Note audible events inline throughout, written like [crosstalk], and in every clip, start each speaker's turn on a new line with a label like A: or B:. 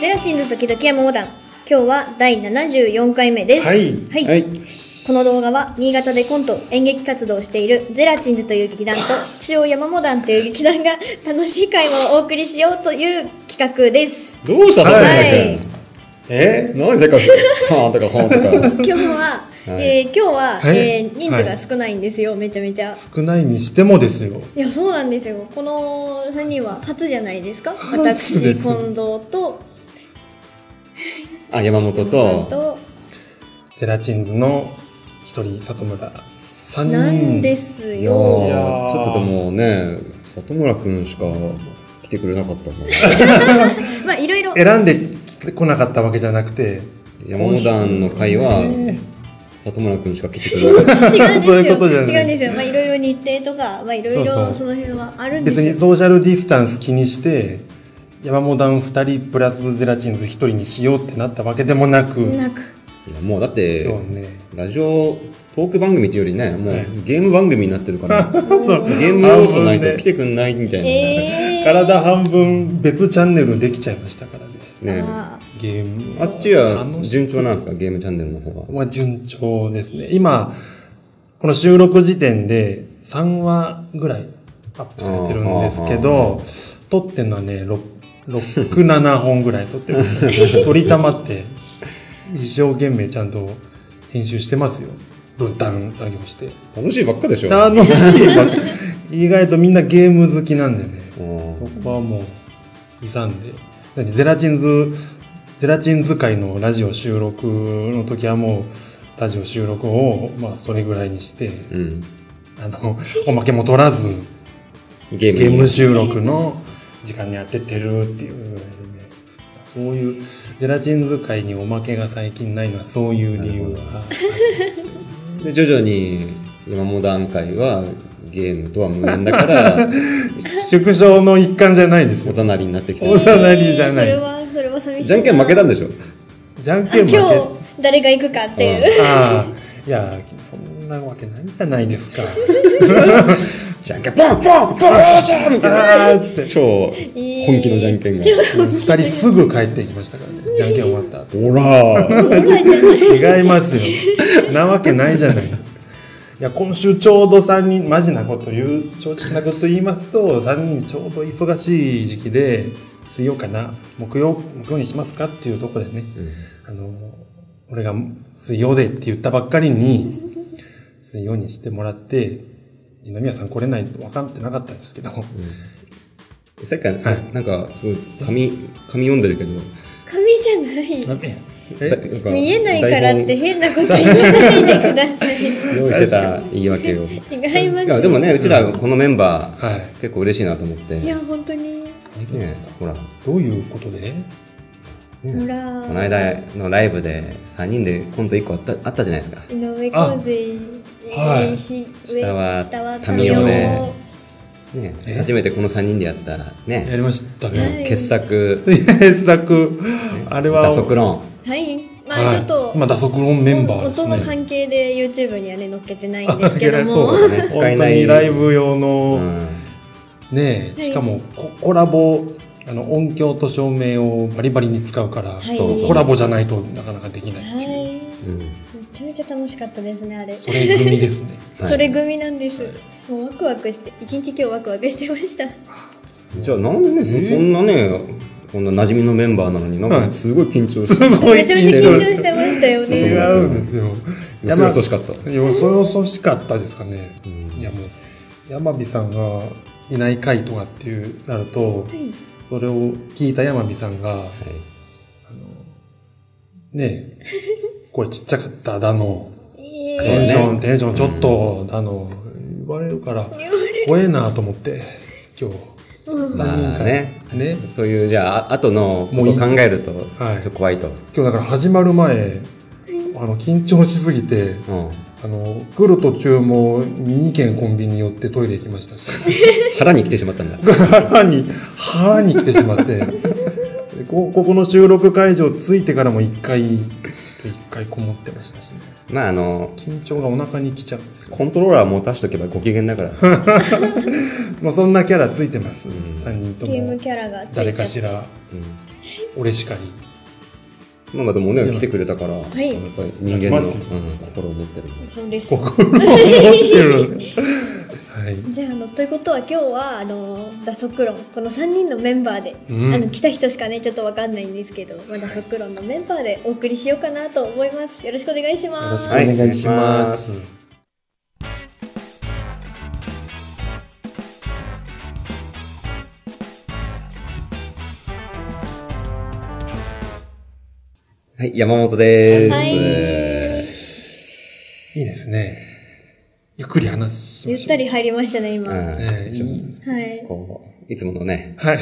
A: ゼラチンズ時々山モダン。今日は第74回目です。
B: はい
A: はい。
C: はい
A: この動画は、新潟でコント、演劇活動をしているゼラチンズという劇団と、中央山モダンという劇団が楽しい会話をお送りしようという企画
B: [laughs]
A: です。
C: どうした
B: は
C: さ
B: い
A: はい
C: っきの君え何せっかくはーんとかほーんとか
A: 今日は、
C: はい
A: えー今日は、
B: はい
A: えー人数が少ないんですよ、めちゃめちゃ。
B: 少ないにしてもですよ。
A: いや、そうなんですよ。この3人は初じゃないですか
B: 初
A: 私、
B: で
A: 近
B: す
A: 藤と、
C: あ山本
A: さん
C: と
A: と、
B: ゼラチンズの一人、里村。三人。
A: なんです
C: いや
A: よ。
B: いやー
C: ーちょっとでもね里村くんしか来てくれなかったな
A: まあ、いろいろ。
B: 選んでこなかったわけじゃなくて。
C: 山本団の会は
B: ね
C: 里村くんしか来てくれなか
A: 違うん
C: っ
A: ですよ。
B: そういうことじゃない
A: 違うんですよ。まあ、いろいろ日程とか、まあ、いろい
B: そうそ
A: ろ
B: う
A: その辺はあるんです
B: 別
A: よ。
B: にソーシャルディスタンス気にして、山本団二人プラスゼラチンズ一人にしようってなったわけでもなく、
A: なく。
C: たいやもうだっ
B: 今
C: て
B: 日ね。
C: ラジオトーク番組っていうよりねもう
B: はい
C: ゲーム番組になってるから
B: そう
C: ゲーム要素ないと来てくんないみたいなね
A: えー。
B: 体半分別チャンネルできちゃいましたからね。
C: ね
A: あ
B: ゲーム。
C: あっちは順調なんですかゲームチャンネルの方は
B: まあ、順調ですね。今、この収録時点で3話ぐらいアップされてるんですけど、撮ってんのはね、6、6 7本ぐらい撮ってます。撮りたまって、一生懸命ちゃんと編集してますよ。分担作業して。
C: 楽しいばっかでしょ
B: 楽しいわ。意外とみんなゲーム好きなんだよね。
C: うん
B: そこはもう、勇んで。だってゼラチンズ、ゼラチンズ会のラジオ収録の時はもう、ラジオ収録を、まあ、それぐらいにして、
C: うん
B: あの、おまけも取らず、
C: ゲーム
B: ゲーム収録の時間に当ててるっていうぐらいでね。そういう、ゼラチンズ会におまけが最近ないのはそういう理由があってですよ。
C: で徐々に山本段階はゲームとは無縁だから
B: 縮小の一環じゃないです
C: お
B: よ。
C: ざなりになってき
A: ー
B: お
C: た
B: ざなりじゃない
A: えー
B: で
A: そ
B: す
A: れは、それは寂しいな。
C: じゃんけん負けたんでしょ
B: じゃん
A: あ
B: けん負け。
A: 今日、誰が行くかっていう。
B: ああ、いや、そんなわけないじゃないで
A: [laughs]
B: すか。
C: じゃんけんポンポンポンじゃんみたい
B: あーっつって
C: な。超本気のじゃんけんが
A: ちょ
B: 二人すぐ帰ってきましたから [laughs] ね。じゃんけん終わった後。
C: ほら
A: ちょちょちょ
B: 違いますよ。なわけないじゃないですか。 [laughs] いや、今週ちょうど3人、マジなこと言う、正直なこと言いますと、3人ちょうど忙しい時期で、水曜かな、木曜、木曜にしますかっていうところでね、あの、俺が水曜でって言ったばっかりに、水曜にしてもらって、二宮さん来れないと分かってなかったんですけど、
C: さっきから
B: はい
C: なんかすごい紙紙読んでるけど
A: 紙じゃない。
B: なえ
C: だ
B: え
C: なんか
A: 見えないからって
C: 台
A: 変なこと言わないでください。
C: 本用意してた言い訳をい
A: 違います。
C: やでも。ねうちらこのメンバー
B: はい。
C: 結構嬉しいなと思って
A: い
C: ね
A: や、本当に。
B: 本当ですか
C: ほら
B: どういうことで
A: ほ
C: この
A: ら、
C: 間のライブで3人でコント1個あったあったじゃないですか
A: 井上康生、
B: あはい
A: し
C: 下は
A: 下は
C: 民
B: 生で
A: 民
C: ね
B: え
C: 初めてこの3人でやった
B: や
C: ね
B: りました
A: は
B: ね。
A: い
C: 傑作
B: [laughs] 傑作、あれは、
C: 打足論
A: 生はい。まあ、ちょっと、
B: まあ、打足論メンバーです
A: 音
B: ね。
A: の関係で YouTube にはね、載っけてないんですけど
B: [laughs] そう
A: も。
B: だ
C: ね
B: ね。
C: 使え
B: 本
C: な
B: 当
C: い
B: にライブ用
C: う
B: の、
C: ん
B: ね
A: は
B: え、
A: い
B: しかもココラボ、あの、音響と照明をバリバリに使うから、
A: い
C: そうそう
B: コラボじゃないとなかなかできないっていう。
A: は
C: うん
A: い。めちゃめちゃ楽しかったですね、あれ。
B: それ組ですね。
C: はい
A: それ組なんです。もうワクワクして、一日今日ワクワクしてました。
C: じゃあなんでねそ
B: えー
C: そんなねこんな馴染みのメンバーなのになんか
B: はい
C: すごい緊張して
A: [laughs]
B: ご
A: めちゃめちゃ緊張
B: て
A: してましたよ
C: て
A: ね。
C: る
B: 違うんですよ。
C: よそよそしかった
B: よそよそしかったですかね。
C: うん
B: いやもう、山火さんがいない回とかっていうなると、
A: い
B: それを聞いた山火さんが、
C: はい
B: ね [laughs] え、これちっちゃかっただの、
A: いえ
C: そう
B: テ
C: ね
B: ンション、テンションちょっとだの、言われるから、怖えなと思って、今日、
C: ま
B: 三人
C: あ
B: 会
C: ね
B: ね
C: そういうじゃああ後のこ
B: もう
C: と
B: い
C: を
B: い
C: 考えるとち
B: はい
C: ょっと怖いと
B: 今日だから始まる前、あの、緊張しすぎて、
C: うん
B: あの、来る途中も2軒コンビニ寄ってトイレ行きましたし。
C: 腹に来てしまったんだ
B: 腹に、腹に来てしま [laughs] って、でこここの収録会場着いてからも一回、ちょっと一回こもってましたしね。
C: まああの
B: 緊張がお腹に来ちゃうんですよ。
C: コントローラー持たしとけばご機嫌だから
B: まあそんなキャラついてます。
C: ん
B: 三人と
A: ゲーム
B: も。
A: キャラがつ
B: 誰
A: いちゃ
B: か
A: って
B: しら。
C: うん
B: 俺しか [laughs] り。
C: まあまあでもね、来てくれたから、
A: い
C: やっぱり人間の、
B: マジ
C: うん、心を持ってる。
A: そうです
B: 心を持ってる。はい。
A: じゃああのということは今日はあの打足論この3人のメンバーで、
B: うん
A: あの来た人しかねちょっとわかんないんですけど、まあ、打足論のメンバーでお送りしようかなと思いますよろしくお願いし
B: よ
A: ま
B: ろし
A: す
B: くお願いします。
C: はい、山本で
A: はい
C: す。
B: いいですね。ゆっくり話し
A: ゆ
B: ま
A: っ
B: しょ
A: た
B: う。
A: り入りましたね今、は
C: はい
B: ええいい
A: い
C: こう、いつものね、
B: はい。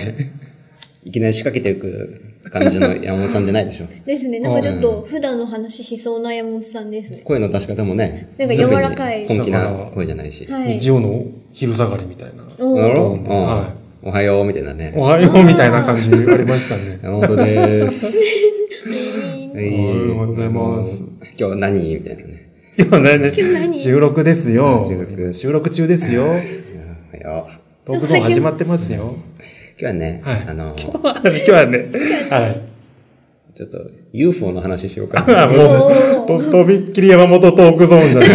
C: いきなり仕掛けていく感じの山本さんじゃないでしょ。
A: ですねなんかちょっと普段の話しそうな山本さんですね
C: 声の出し方もね、
A: なんか柔らかい
C: 特に本気な声じゃないし。
A: はい
B: 日曜の昼下がりみたいな。
A: お
C: なるほどうん
B: は
C: おはようみたいなね
B: お。はようみたいな感じで言われました [laughs] ね。
C: 山本です。は
B: はい [laughs] おはようございます。
C: 今日何みたいなね。
B: 今ね
A: 何
B: 収録ですよ。
C: 収録
B: 収録中ですよ。
C: おはよう。
B: トークゾーン始まってますよ。
C: 今日はね、
B: はい
C: あの、ちょ
B: [laughs] 今日はね、はい。
C: っと UFO の話しよう
B: [laughs]
C: か
B: あ
C: な。
B: も
A: おー
B: う、と、とびっきり山本トークゾーンじゃない。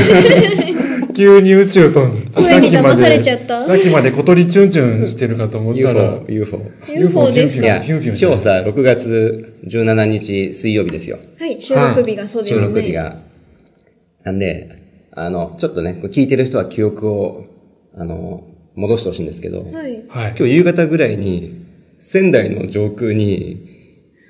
B: 急に宇宙と、さ
A: 声
B: っ
A: に
B: きま
A: 騙され
B: で、
A: ちゃった
B: さっきまで小鳥チュンチュンしてるかと思ったら
C: UFO、、UFO。
A: UFO です
C: い
A: か
C: や、
B: フィュン
C: 今
B: フィュン
C: 日
B: して
C: さ
B: る、
C: 6月17日水曜日ですよ。
A: はい収録日がそうです
C: 収
A: ね
C: 録日が。なんで、あの、ちょっとね、これ聞いてる人は記憶を、あの、戻してほしいんですけど、
A: はい
B: はい。
C: 今日夕方ぐらいに、仙台の上空に、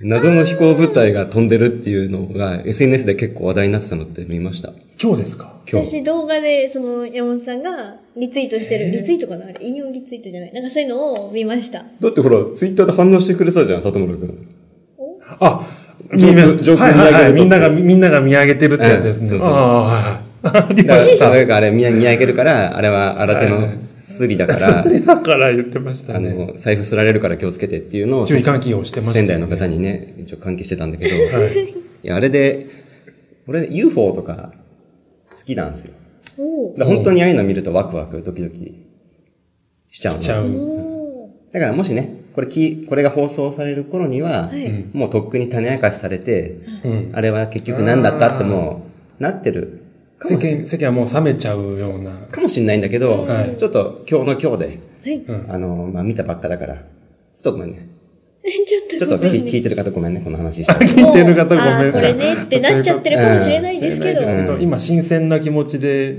C: 謎の飛行物体が飛んでるっていうのが SNS で結構話題になってたのって見ました。
B: 今日ですか
C: 今日。
A: 私動画で、その、山本さんが、リツイートしてる、リツイートかなあれ、引用リツイートじゃないなんかそういうのを見ました。
C: だってほら、ツイッターで反応してくれたじゃん、里村くん。
B: あ、
C: 上空上空に上げると
B: はいはいはいみんなが、みんなが見上げてるってやつです
C: ええそう
B: ね。
C: そう
B: ああはいはいありま
C: だ
B: し
C: か
B: た。
C: ら、あれ見上げるから、あれは新手のスリだから、
B: だから言ってました
C: あ
B: ね。
C: の、財布すられるから気をつけてっていうのを、
B: 注意喚起をしてました、ね。
C: 仙台の方にね、一応関係してたんだけど、、
B: はい
C: や、あれで、俺 UFO とか好きなんですよ。
A: おー
C: だから本当にああいうの見るとワクワクドキドキしちゃう
B: い。
C: の。
B: しちゃう。
C: だからもしね、これき、これが放送される頃には、
A: い
C: もうとっくに種明かしされて、
B: うん。
C: あれは結局何だったってもう、なってるか
B: 世
C: も
B: 間、世間はもう冷めちゃうような。
C: かもしれないんだけど、
B: はい
C: ちょっと今日の今日で、
A: はい。 [laughs]
B: うん
C: あの、まあ、見たばっかだから、ちょっとごめんね。
A: ちょっ
C: ち
A: と
C: ょっと
A: ごめんね、
B: [laughs]
C: き聞いてる方ごめんね、この話して。
B: 聞いてる方ご
A: あー
B: めん
A: これねってなっちゃってるかもしれないですけど。
B: だけど今、新鮮な気持ちで、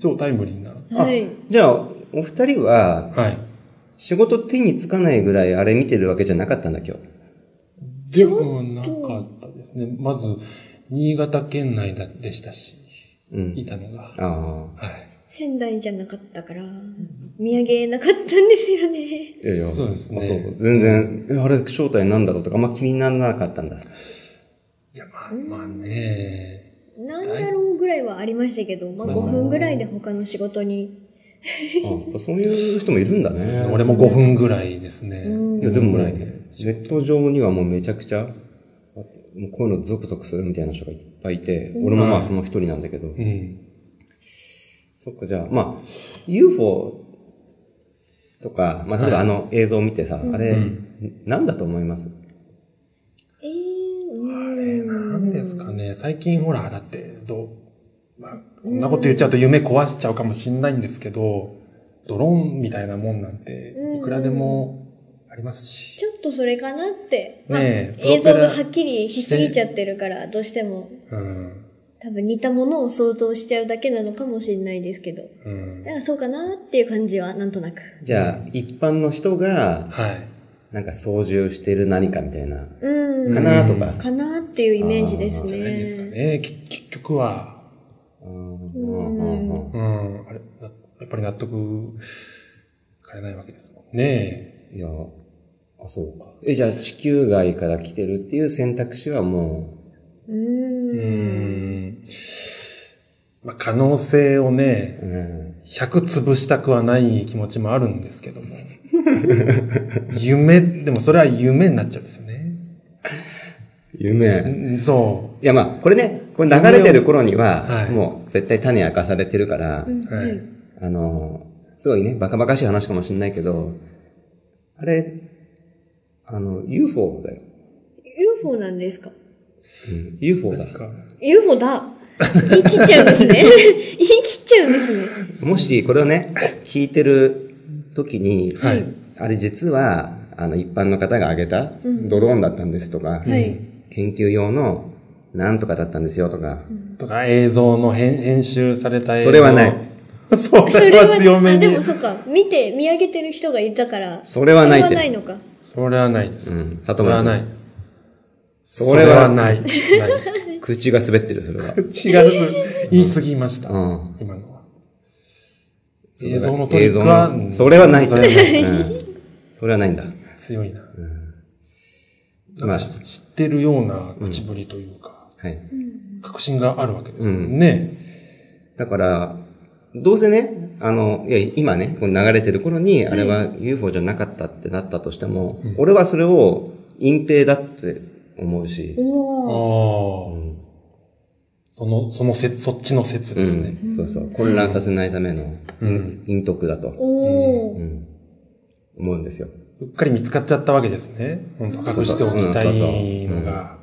B: 超タイムリーな。
A: はい。
C: じゃあ、お二人は、
B: はい。
C: 仕事手につかないぐらいあれ見てるわけじゃなかったんだ、今日。
B: でもなかったですね。まず、新潟県内だでしたし、
C: うん
B: いたのが。
C: ああ。
B: はい。
A: 仙台じゃなかったから、見上げなかったんですよね。
C: いやいや。
B: そうですね
C: あそう。全然、えあれ正体なんだろうとか、あんま気にならなかったんだ。
B: いや、まあまあね。
A: なんだろうぐらいはありましたけど、まあ5分ぐらいで他の仕事に。
C: あそういう人もいるんだね。
B: 俺も5分ぐらいですね。
C: いや、でも、ネット上にはもうめちゃくちゃ、あもうこういうのゾクゾクするみたいな人がいっぱいいて、俺もまあその一人なんだけど。
B: うん。
C: そっか、じゃあ、まあ、UFO とか、まあ、例えばあの映像を見てさ、あれ、なんだと思います
A: えー、うん。
B: なんですかね。最近ほら、だって、どう、まあ、こんなこと言っちゃうと夢壊しちゃうかもしんないんですけど、ドローンみたいなもんなんて、いくらでもありますし。
A: ちょっとそれかなって。まあ
B: ねえ
A: 映像が
B: プロペ
A: は
B: ラ
A: っきりしすぎちゃってるから、どうしても
B: うん。
A: 多分似たものを想像しちゃうだけなのかもしれないですけど。
B: うん。
A: だからそうかなっていう感じはなんとなく。
C: じゃあ、一般の人が、
B: はい。
C: なんか操縦してる何かみたいな、
A: うん。
C: かなとか。
A: かなっていうイメージです
B: じゃないですか
A: ね。
B: ね。き結局は、
C: うんうんうん
B: うん、あれ、なやっぱり納得、かれないわけですもんね。
C: いや、あ、そうか。え、じゃあ、地球外から来てるっていう選択肢はも
A: うん。
B: うん。まあ、可能性をね
C: う、、うん。
B: 100潰したくはない気持ちもあるんですけども。
C: [laughs]
B: 夢、でもそれは夢になっちゃうんですよね。う
C: 夢。
B: んそ
C: いや、まあ、これね、これ流れてる頃に
B: は
C: は、
B: い
C: もう絶対種明かされてるから、
B: う。はい。
C: あの、すごいね、バカバカしい話かもしれないけど、あれ、あの、UFO だよ。
A: UFO なんですか
C: UFO だ。
B: か
A: ?UFO だ。言い切っちゃうんですね。 [laughs] 言い切っちゃうんですね。
C: もし、これをね、聞いてる時に、
B: はい
C: あれ実は、あの、一般の方が挙げた、ドローンだったんですとか、
A: はい
C: 研究用の、なんとかだったんですよとか、
B: とか映像の編編集された映像
C: それはない。
B: そ
A: [laughs]
B: れ
A: それは
B: は強め
A: あ、で
B: に
A: も。そっか。見て、見上げてる人がいたから。
C: それはないっ
A: そ
C: て
A: れはないのか。
B: それはないです。
C: うん、
B: そ
C: 里
B: れは
C: 村
B: ない。。
C: 君それは
B: ない。ない
C: 口が滑ってる、それは。
B: 違う。言い過ぎました。
C: うん。
B: 今のは。
C: それは
B: 映像のトリックは
C: 映像の、それはないって。
B: それはない
C: うんそれはないんだ。
B: 強いな。
C: まあ、
B: 知ってるような口ぶりというか、
C: はい。
B: 確信があるわけですよね。
C: だから、どうせね、あの、いや、今ね、この流れてる頃に、あれは UFO じゃなかったってなったとしても、俺はそれを隠蔽だって思うし、
B: ああ
A: おお。
B: ー。その、その説、そっちの説ですね。
C: うんそうそう、混乱させないための
B: うん
C: 陰徳だと
A: おお。
C: 思うんですよ。
B: うっかり見つかっちゃったわけですね。本当隠しておきたいのが。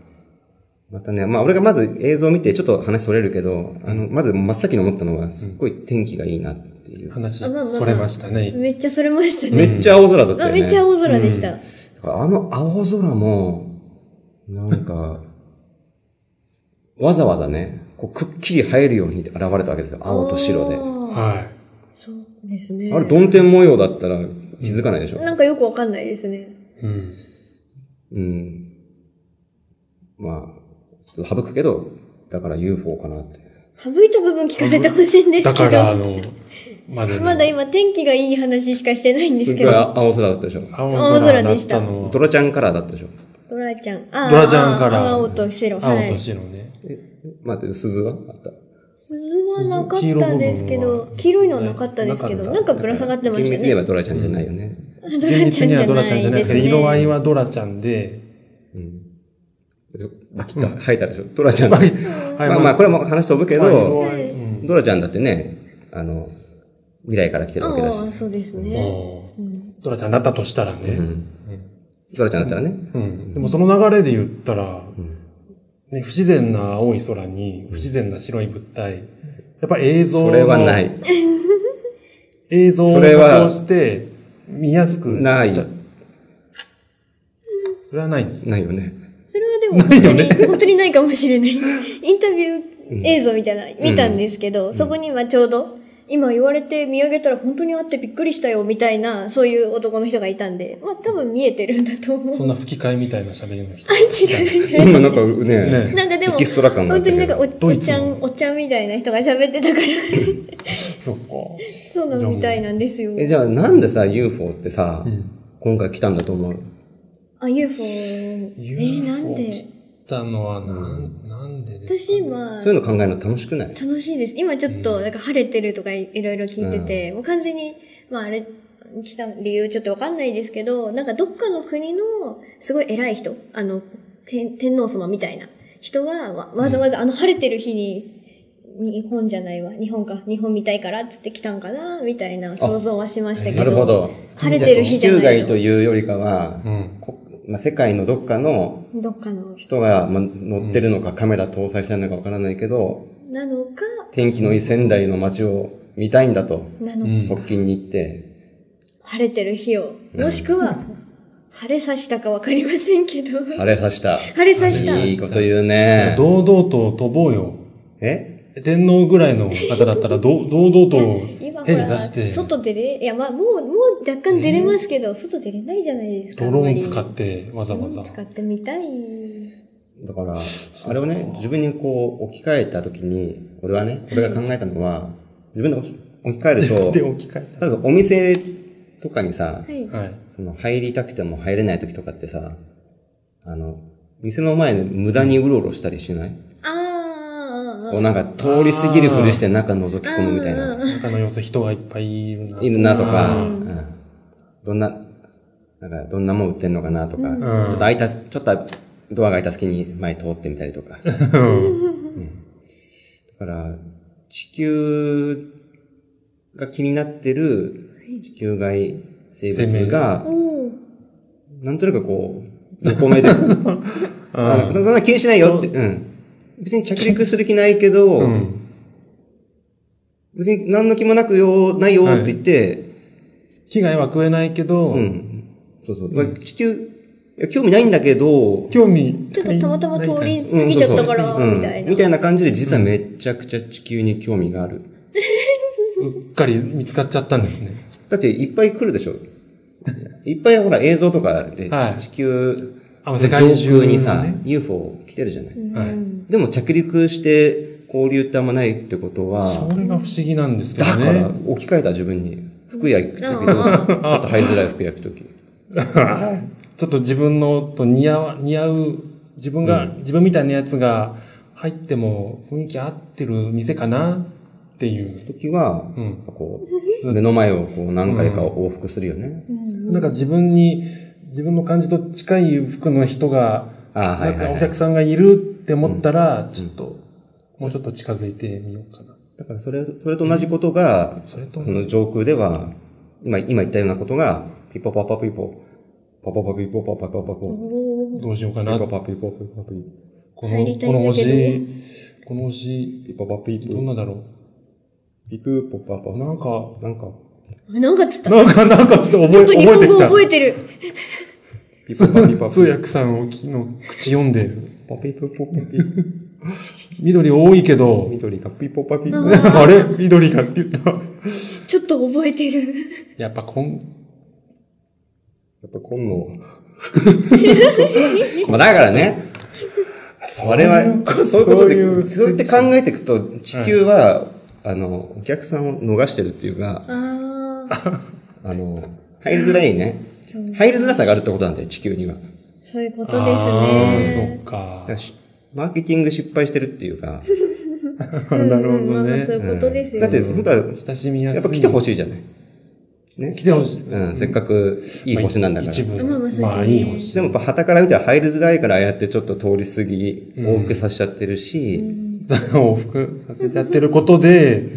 C: またね、まあ俺がまず映像を見てちょっと話それるけど、あの、まず真っ先に思ったのは、すっごい天気がいいなっていう。
B: 話
A: あまあまあまあ、
B: それましたね。
A: めっちゃそれましたね。
C: めっちゃ青空だった
A: あ
C: よ
A: め
C: ね。
A: っちゃ青空でした。
C: だからあの青空も、なんか、わざわざね、こうくっきり入るように現れたわけですよ。青と白で。
A: あー
B: は
A: そうですね。
C: あれ、曇天模様だったら気づかないでしょ。
A: なんかよくわかんないですね。
B: い。うん。
C: うん。まあ、ちょっと省くけど、だから UFO かなって。
A: 省いた部分聞かせてほしいんです
B: だ
A: け
B: から、あ
A: ど。
B: の、まだ、
A: まだ今天気がいい話しかしてないんです
C: すっ
A: け
C: ごい
A: ど。
C: 青空だったでしょ。
B: 青
A: 青空
B: 空だ
A: で
B: っ
A: した
B: たのは
C: ドラちゃんカラーだったでしょ。
A: ドラちゃん。あー
B: ドラちゃんから
A: あー青と白。は
B: 青
A: い
B: と。白ね。
C: え、待って、鈴はあった。
A: 鈴はなかったんですけど、黄色いのはなかったですけど、
B: な
A: な
B: か
A: んかぶら下がってま
C: 厳
A: し
C: 密
A: た
C: に言え
A: ね。
C: ばドラちゃんじゃないよね。
A: ドラちゃんじゃない
B: 厳密にはドラちゃんじゃ
A: で
B: ないです
A: す
B: けど、色合
A: ね。
B: いはドラちゃんで、
C: バキッと吐いたでしょ。ドラちゃん。ま
B: はい
C: あまあ、これも話飛ぶけ
B: まあ
C: ど、
B: 色合い、うん。
C: ドラちゃんだってね、あの、未来から来てる
A: あ
C: わけだし、
A: あ、そうです
B: あ
A: ね。
B: ードラちゃんだったとしたらね。
C: ドラちゃんだったらね、
B: うんでもその流れで言ったら、ね、不自然な青い空に不自然な白い物体、やっぱ映像
C: それはない
B: の、。映像を
C: それは
B: 加工して見やすく
C: ない
B: し。たそれはないんです。
C: ないよね。
A: それはでも本当に、本当にないかもし
C: [laughs]
A: れない。インタビュー映像みたいな、見たんですけど、そこに今ちょうど、今言われて見上げたら本当にあってびっくりしたよみたいな、そういう男の人がいたんで、まあ多分見えてるんだと思う。
B: そんな吹き替えみたいな喋りの
A: [laughs]
B: 人
A: あ、。違う。
C: 今なんかね、
A: なんかでも、
C: エキストラ感があっ
A: 本
C: たけ
A: 当
C: ど
A: になんかお
B: ド
A: お
B: イ
A: っ
B: ツ
A: ちゃ
B: の
A: ん、おっちゃんみたいな人が喋ってた
C: [laughs]
A: から、
B: そっか。
A: そうなのみたいなんですよ。
C: え、じゃあなんでさ、UFO ってさ、今回来たんだと思う
A: あ、UFO。えー、なんで
B: UFO 来たのはなん、なんでです
A: 私今、
C: そういうの考えるの楽しくない
A: 楽しいです。今ちょっと、なんか晴れてるとかいいろいろ聞いてて、もう完全に、まああれ、来た理由ちょっとわかんないですけど、なんかどっかの国のすごい偉い人、あの、天天皇様みたいな人がわわざわざあの晴れてる日に、日本じゃないわ、日本か、日本見たいからっつって来たんかな、みたいな想像はしましたけど。
C: なるほど。
A: 晴れてる日じゃ
C: 地球
A: ない
C: 外
A: と
C: と。いうよりかは、
B: ん
C: こまあ、世界のどっかの
A: どっかの。
C: 人が、まあ、乗ってるのか、カメラ搭載してるのかわからないけど、
A: なのか、
C: 天気のいい仙台の街を見たいんだと、
A: なのか、
C: 側近に行って、
A: 晴れてる日を、もしくは、晴れさしたかわかりませんけど、晴
C: 晴れさした。
A: れさした。
C: いいこと言う
B: か
C: ね。
B: 堂々と飛ぼうよ。
C: え
B: 天皇ぐらいの方だった
A: [laughs]
B: ら、どう堂々
A: 今ほ
B: と手に
A: ら、
B: 出して、
A: 外出れ、いや、まあ、もう、もう若干出れますけど、外出れないじゃないですか。
B: ドローン
A: あ
B: 使
A: んま
B: って、わざわ
A: り
B: ざ。
A: 使ってみたい。
C: だから、あれをね、自分にこう置き換えたときに、俺はね、俺が考えたのは、自分で置き置き換える
B: で、
C: と、
B: 置き換え
C: 例えばお店とかにさ、
A: はい。
B: た。はい。
C: その入りたくても入れない時とかってさ、あの、店の前で無駄にうろうろしたりしない
A: あーあー、あー
C: こうなんか通り過ぎるふりして中覗き込むみたいな。
B: 中の様子人がいっぱいいるな。
C: いるなとか、うんどんな、なんかどんなもん売ってんのかなとか、ちょっと開いた、ちょっとドアが開いた隙に前通ってみたりと [laughs] か。ねだから、地球が気になってる地球外生物が、
A: おー
C: [laughs] なんとなくこう、お米で。あ
B: あ
C: のそんな気にしないよって。うん。別に着陸する気ないけど、
B: ーうん。
C: 別に何の気もなくよ、ないよって言って、
B: 被害は食えないけど、
C: うん。そうそう。まあ地球、いや興味ないんだけど、
B: 興味。
A: ちょっとたまたま通り
C: うん
A: 過ぎちゃったか
C: そ
A: ら、
C: うそううん
A: みたいな。
C: みたいな感じで、実はめちゃくちゃ地球に興味があ
B: う
C: る。
B: っかり見つかっちゃったんですね。
C: だっていっぱい来るでしょ。いっぱいほら映像とかで、
B: はい
C: 地地球
B: あ
C: の
B: 世
C: 上
B: 界中のね
C: 空にさ、UFO 来てるじゃない。
B: はい。
C: でも着陸して交流ってあんまないってこと
B: そ
C: は、
B: れが不思議なんですけ
C: だ
B: ど
C: か
B: ね。
C: ら置き換えた自分に。服屋行くときどうするちょっと入りづらい服屋行くとき。
B: ちょっと自分のと似合わ似合う、自分が、自分みたいなやつが入っても雰囲気合ってる店かなっていう。
C: 時は、
B: ん
C: こう、目の前をこう何回か往復するよね。
B: なんか自分に、自分の感じと近い服の人が、
C: あーは
B: ないん
C: はい
B: か
C: はい
B: お客さんがいるって思ったら、ちょっと、もうちょっと近づいてみようかな。
C: だからそれ、それと同じことが、
B: それと
C: その上空では、今、今言ったようなことが、ピポパパピポ、パパパピポパパパパポ、
B: どうしようか
C: ピ
B: な。
C: ポ
B: こ
C: パピポピポピ、
B: の、
A: 入りたい
B: こ
A: んだけど
B: のおじ、このおじ、
C: ピポパピ
B: どん
C: ポ、
B: なだろ
C: ピプポパ
B: う。
C: パ。
B: なんか、
C: なんか、
A: なんかつった。ちょ
B: なんか、なんかちょっと覚え、
A: っと日
B: 覚
A: 本
B: えて
A: 語
B: きた。
A: 覚えてる。
C: ピポパ [laughs] ピポ
B: 通訳さんをきの口読んでる。
C: パピポポピピ、
B: 緑多いけど、
C: 緑がピポパピポ。
B: あれ緑がって言った。
A: ちょっと覚えてる。
B: やっぱこん、
C: やっぱ今の。まあだからね、それは、そういうことで、そうやって考えていくと、地球は、あの、お客さんを逃してるっていうか、
A: ああ、
C: あの、入りづらいね。入りづらさがあるってことなんだよ、地球には。だ
A: そういうことですね。
B: ああ、そっ
C: から
B: か。
C: しマーケティング失敗してるっていうか、
B: [laughs] なるほ
A: ま
B: ど
A: あまあ
B: ね。
A: そういうことですよ
C: だっ
A: ね。
C: て、本当は、
B: 親しみやすい。
C: やっぱ来てほ
B: し
C: しいじゃない。ね
B: い。来。てほしい。
C: うん、せっかくいい星なんだから。
B: 一部
A: まあまあそうです。ね
B: まあいい星。 [laughs]
C: でもやっぱ旗から見たら入りづらいからああやってちょっと通り過ぎ、往復させちゃってるし、
B: 往復させちゃってることで、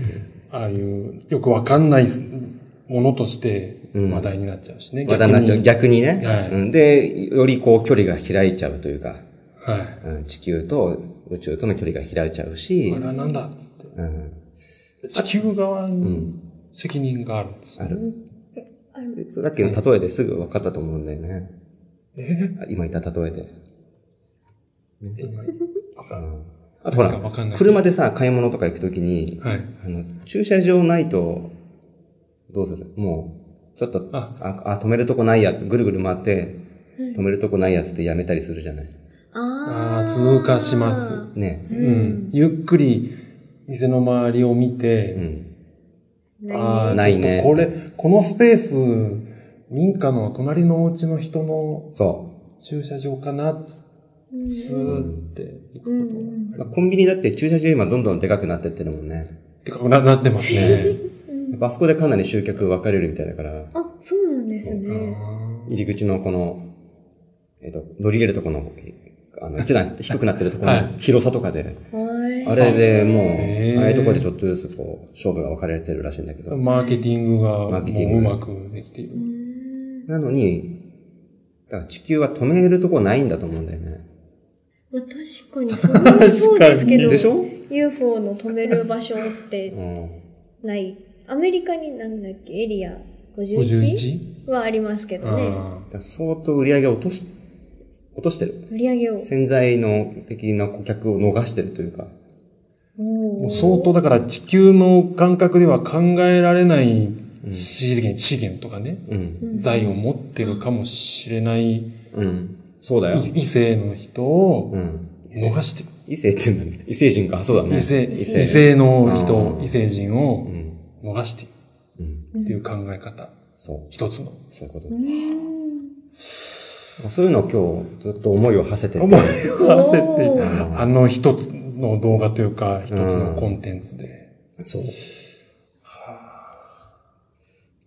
B: ああいう、よくわかんないものとして話題になっちゃうしね。
C: 話題になっちゃう。
B: 逆
C: 逆にね、
B: はい
C: うんで、よりこう距離が開いちゃうというか、
B: に。はい。
C: うん地球と宇宙との距離が開いちゃうし
B: あれ、はなんだっつっ
C: うん、
B: て。地球側に責任があるんですね。
C: あるそうさっきの例えですぐ分かったと思うんだよね。あ今言った例えで。
B: 今
C: あとほら
B: なんか分かんな、い
C: 車でさ、買い物とか行くときに、
B: はい。
C: あの、駐車場ないと、どうするもう、ちょっと、
B: あ
C: ああ、止めるとこないや、ぐるぐる回って、止めるとこないやつってやめたりするじゃない。
B: あ
A: あ
B: あ、
A: あ、
B: 通過します。
C: ね。
B: うん。ゆっくり、店の周りを見
C: う
B: て、
C: ん。
B: あー
C: ないね
B: ちょっとこれ、このスペース、民家の隣のお家の人の
C: そう。
B: 駐車場かな、スーって行くことが、
C: まあコンビニだって駐車場今どんどんでかくなってってるもんね。
B: でかくななってますね。
C: あそこでかなり集客分かれるみたいだから、
A: あ、そうなんですね。
C: 入り口のこの、えっ、と、乗り入れるとこの、あの、一段 [laughs] 低くなってるところ
B: は
C: の広さとかで、
A: はい。
C: あれで
B: へー
C: もう、ああいうところでちょっとずつこう、勝負が分かれてるらしいんだけど。
B: マーケティングがも
C: マーケティン
B: うう
C: グ
B: まくできている。
C: なのに、だから地球は止めるとこないんだと思うんだよね。
A: まあ、確かにそれはそう
B: [laughs]
A: ですけど、
C: でしょ
A: UFO の止める場所って
C: うん。
A: ない。アメリカになんだっけ、エリア 51?
B: ?51?
A: はありますけどね。
B: あ
C: だから相当売り上げを落とし、落としてる。
A: 売り上げを。
C: 潜在の的な顧客を逃してるというか。
B: ーもう相当だから地球の感覚では考えられない資源、資源とかね、
C: うん。
B: 財を持ってるかもしれない
C: うん。そうだよ。
B: 異性の人を
C: うん。
B: 逃してる。
C: 異性って言うんだね。異性人か。そうだね。
B: 異性、
C: 異
B: 異
C: 性。
B: 性の
C: う
B: 人、
C: ん
B: 異性人を
C: うん。
B: 逃してい
C: うん。
B: るっていう考え方。
C: そう。
B: 一つの。
C: そういうことです。まあそういうのを今日ずっと思いを馳せてて。
B: 思い
A: お
B: を馳せてい
A: ー
B: る。あの一つの動画というか、一つのコンテンツで。
C: そう。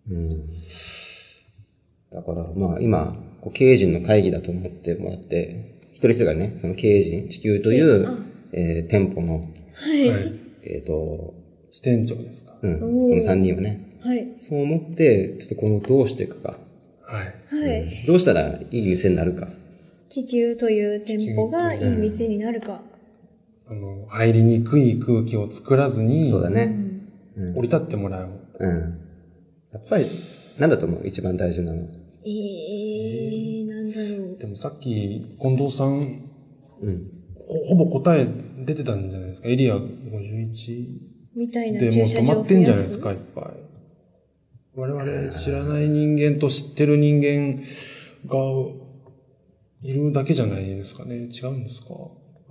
C: うん。だから、まあ今、こう経営陣の会議だと思ってもらって、一人一人がね、その経営陣、地球という、えー、店舗の、
A: はい。
C: えっ、と、
B: 支店長ですか。
C: うん、この三人はね、
A: はい。
C: そう思って、ちょっとこのどうしていくか。
B: はい。
A: はい。
C: どうしたらいい店になるか。
A: 地球という店舗がいい店になるか。
B: その、入りにくい空気を作らずに、
C: そうだ
A: う
C: ね。
A: ん
C: うん
B: 降。り立ってもらう。
C: うん。やっぱり、なんだと思う一番大事なの。
A: えー、なんだろう。
B: でもさっき、近藤さん、
C: うん。
B: ほほぼ答え出てたんじゃないですか。エリア51
A: みたいな
B: でもう
A: 駐車
B: 止ま
A: 場
B: っ
A: 増
B: てん
A: や
B: じゃないですすか、いっぱい。我々知らない人間と知ってる人間がいるだけじゃないですかね。違うんですか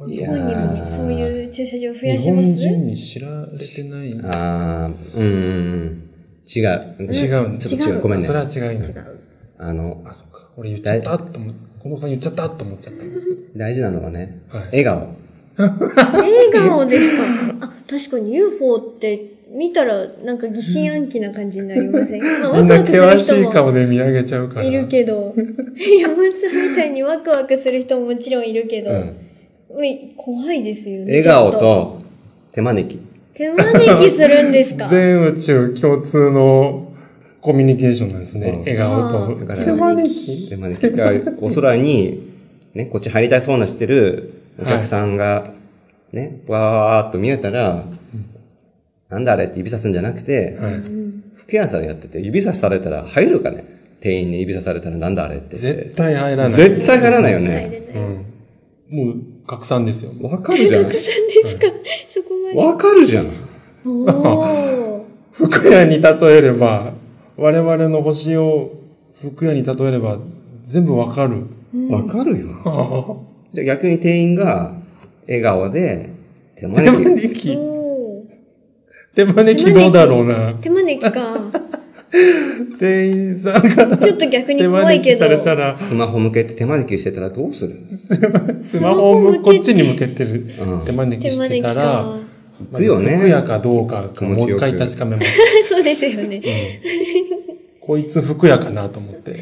C: い
A: 日
C: や
A: 本にも
C: ー。
A: そういう駐車場増や
B: 日
A: し
B: 本
A: ます
B: 人に知られてない。違う。
C: あー、うんうんうん。違う。ちょっと違
A: 違
C: う。
A: う
C: ごめんね
B: そ。れは違います。
C: あの、
B: あ、そっか。俺言っちゃったと思っ、近藤さん言っちゃったと思っちゃったんですけど。
C: 大事なのはね、
B: はい
C: 笑顔。
A: 笑顔ですかあ、確かに UFO って見たらなんか疑心暗鬼な感じになりません、まあ、
B: み
A: ワ
B: ん
A: ク
B: な
A: ワクす
B: 険
A: る
B: し
A: 人
B: い顔
A: も
B: で見上げちゃうから。
A: いるけど、山本さんみたいにワクワクする人ももちろんいるけど、
C: うん。
A: うん怖いですよね。
C: 笑顔
A: ちょっ。
C: と手招き。
A: 手招きするんですか
B: 全宇宙共通のコミュニケーションなんですね。
C: うん
B: 笑顔
C: だ
B: と。
C: から
B: 手招き
C: 手招き。だから、お空に、ね、こっち入りたいそうなしてるお客さんが、ね、わーっと見えたら、なんだあれって指さすんじゃなくて、
B: はい。
C: 服屋さんやってて、指さされたら入るかね店員に指さされたらなんだあれって。
B: 絶対入らない。
C: 絶対入らないよ
A: 入れ
C: ね。
A: ない。
B: うん。もう、拡散ですよ。
C: わかるじゃん
A: たく。さんですか、そこまで。
C: わかるじゃん。
A: おー。
B: 服屋に例えれば、我々の星を服屋に例えれば、全部わかる。
C: わかるよ。
B: は
C: じゃあ逆に店員が、笑顔で、手
B: あ手
C: 招き。
B: 招き。
A: おー
B: 手招きどうだろうな。
A: 手招きか。
B: 店員さんが
A: ちょっと逆に
B: 手
A: 怖い
B: 招
A: け
B: き
A: ど
B: さ。れたら、
C: スマホ向けて手招きしてたらどうする
B: スマホを向こっちに向けてる
C: うん
B: 手招き
A: 手
B: し
A: 招
B: て
A: き
B: た、
A: から
C: 行くよね
B: 服屋かどうかかもう一回確かめます。
A: [laughs] そうですよね。
B: こいつ服屋かなと思って。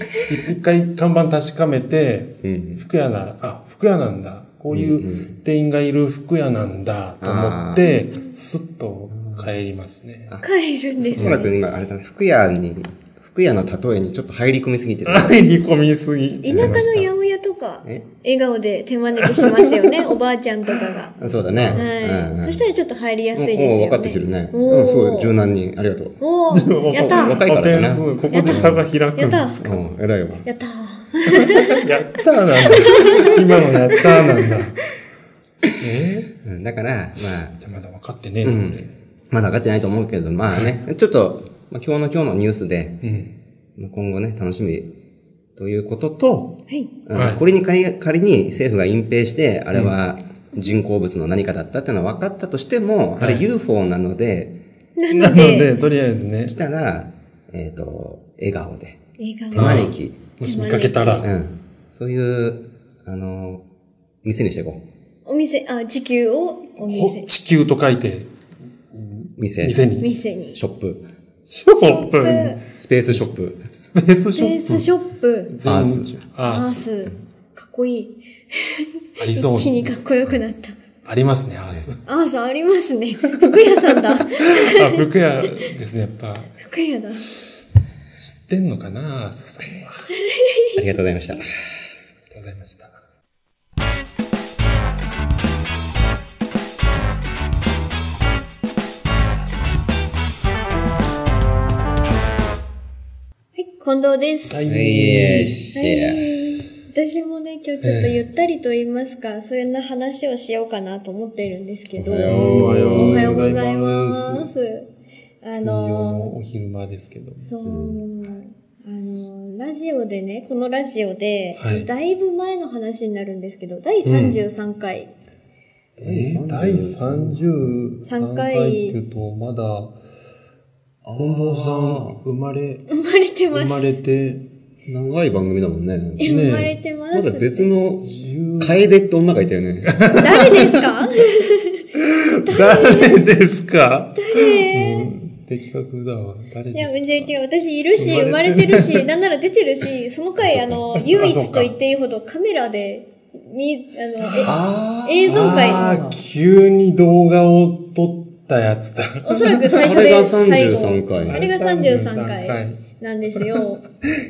B: い一回看板確かめて、
C: うん。
B: 服屋な、あ、服屋なんだ。こういうう店員がいる服屋なんだと思って、すっと帰りますね。
A: 帰るんです
C: そらく
A: ね。
C: ん今、あれだね、服屋に、服屋の例えにちょっと入り込みすぎてる。
B: 入り込みすぎ
A: 田
B: て
A: 舎の
B: まし
A: 八
B: た。
A: 百屋とか、
C: え
A: 笑顔で手招きしますよ
C: [laughs]
A: ね、おばあちゃんとかが。
C: そうだね。
A: はい、
C: うんうん
A: そしたらちょっと入りやすいですよ
C: もう
A: ね。
C: 分かってきてるね。
A: おー
C: うん、すごい柔軟に。ありがとう。
A: お
C: [laughs]
A: ー、やった
B: お
C: 若
A: ー
C: いからだ
B: 点
C: ね
B: 数、ここで差が開くん
A: や
B: で
A: っ
B: す。
A: た
B: やっ
A: ー
C: うん、偉いわ。
A: やったー
B: [laughs] たーなんだ。今のやったーなんだ。え
C: うんだから、まあ、
B: ー、じゃあまだ分かってねえ
C: う
B: な、
C: ん。まだ分かってないと思うけど、まあね、ちょっと、まあ今日の今日のニュースで、
B: 俺うん。
C: まあ今後ね、楽しみということと、
A: はい。
C: うん
B: はい
C: これに仮仮に政府が隠蔽して、あれは人工物の何かだったっていうのは分かったとしても、あれ UFO なので、
A: なの
B: なの
A: で、
B: で、とりあえずね
C: 来、たら、えっ、と、笑顔で、
A: 笑
C: 手
A: 顔
C: 招き、
B: もし見かけたら、
C: うん。そういう、あの、店にしていこう。
A: お店、あ、地球をお
B: ほ
A: 店、
B: 地球と書いて、
C: 店。
B: 店に。
A: 店に。
C: ショップ。
B: ショップ
C: スペースショップ。
B: スペースシ
A: スペ
B: ョッ
A: ー
B: プ
A: スショップ、
B: 全宇宙
A: ア
B: アー
A: ース、
B: ス。
A: かっこいい。
B: ありそう
A: 一。気にかっこよくなった。
B: ありますね、アース。
A: アースありますね。服屋さん
C: [laughs]
A: だ。
B: あ、服屋ですね、やっぱ。
A: 服屋だ。
B: 知ってんのかな、アースさんは。あ
C: ありがとうございました。
B: りがとうございました。
A: はい、近藤です。
B: はい
C: いし
A: 私もね、今日ちょっとゆったりと言いますか、そんな話をしようかなと思っているんですけど。お
B: はよう
A: おはよう
B: ご
A: ご
B: ざ
A: ざ
B: い
A: い
B: ま
A: ます。あ
B: 水曜
A: の、
B: のお昼間ですけど。
A: そう、あの、ラジオでね、このラジオで、
B: はい
A: だいぶ前の話になるんですけど、第33回、
B: えー第33回っていうと、まだ、近藤さん、生まれ、
A: 生まれてま
B: 生
A: す。
B: まれて、
C: 長い番組だもんね。
A: え生まれてま。
C: ますだ別の、
B: 10
C: 楓って女がいたよね。
A: 誰ですか [laughs]
B: 誰ですか誰的確だわ。誰
A: いや、
B: ですか
A: 全然違う。私いるし、生まれてるし、なんなら出てるし、その回、あの、唯一と言っていいほどカメラで、み、あの、え映像
B: あ
A: 回、
B: ー急に動画を撮ったやつだ。 [laughs]
A: おそらく最
C: [laughs] あ
A: 初
C: れ
A: で
C: が
A: 最後。
C: 33回。
A: あれが33回。
B: 33
A: なんですよ。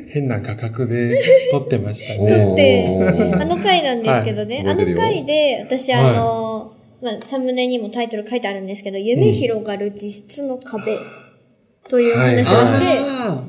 B: 変な価格 [laughs] で撮ってました
C: おー
B: ね。
A: だって、あの回なんですけどね、
C: はい
A: あの回で、私
B: はい
A: あの、まあ、サムネにもタイトル書いてあるんですけど、夢広がる実質の壁という話をして、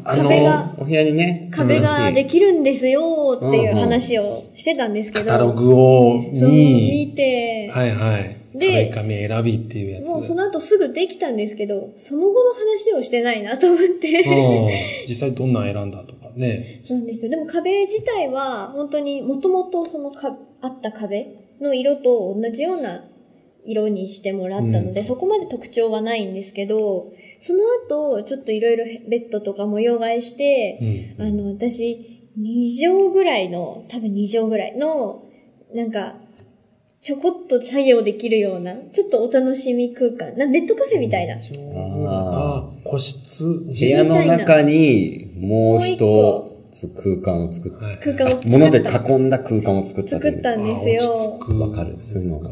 C: あ
A: 壁が
C: ーお部屋にね。
A: 壁がで
C: き
A: きるんですよっていう話をしてたんですけ
B: カタロ
A: ど、
B: グを
A: そう見
B: に、
A: て、
B: はいはい。
A: で
B: 壁紙選びっていうやつ。
A: もうその後すぐできたんですけど、その後の話をしてないなと思って。
B: うん実際どんなん選んだとかね。
A: そうなんですよ。でも壁自体は、本当にもともとそのか、あった壁の色と同じような色にしてもらったので、そこまで特徴はないんですけど、その後、ちょっといろいろベッドとか模様替えして、
B: うん
A: あの、私、2畳ぐらいの、多分2畳ぐらいの、なんか、ちょこっと作業できるような、ちょっとお楽しみ空間、なネットカフェみたいな。
B: ああ、個室、
C: 部屋の中に、もう一つ空間を作っ
B: はい
A: 空間を作った
C: 物で囲んだ空間を作ったと
A: 作
C: い
A: っ
C: う。
A: たんですよ。
C: わかる。そういうのが。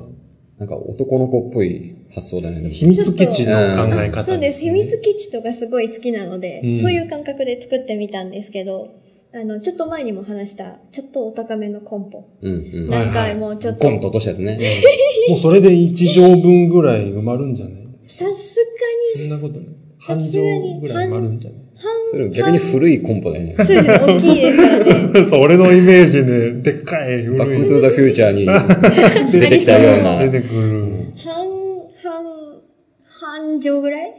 C: なんか男の子っぽい発想だね。でも
B: 秘密基地の考え方、
A: あそうです。秘密基地とかすごい好きなので、
B: うん
A: そういう感覚で作ってみたんですけど、あの、ちょっと前にも話した、ちょっとお高めのコンポ。
C: うんうん。
A: 何回もちょっと
C: ゴ、ンと落としたやつね。
B: もうそれで1畳分ぐらい埋まるんじゃない
A: さす
B: そんなことない。
A: さ
B: 半
A: すがに
B: 畳ぐらい埋まるんじゃない
C: そ
A: が
C: れ
A: に半、
C: 逆に古いコンポだよね。
A: そうですね、大きいですからね。
B: そう、俺のイメージね、でっかい
C: バック
B: 古い
C: トゥーザフューチャーに [laughs] 出てきたよう
B: 出
C: な。
B: てくる。
A: 半、半、半畳ぐらい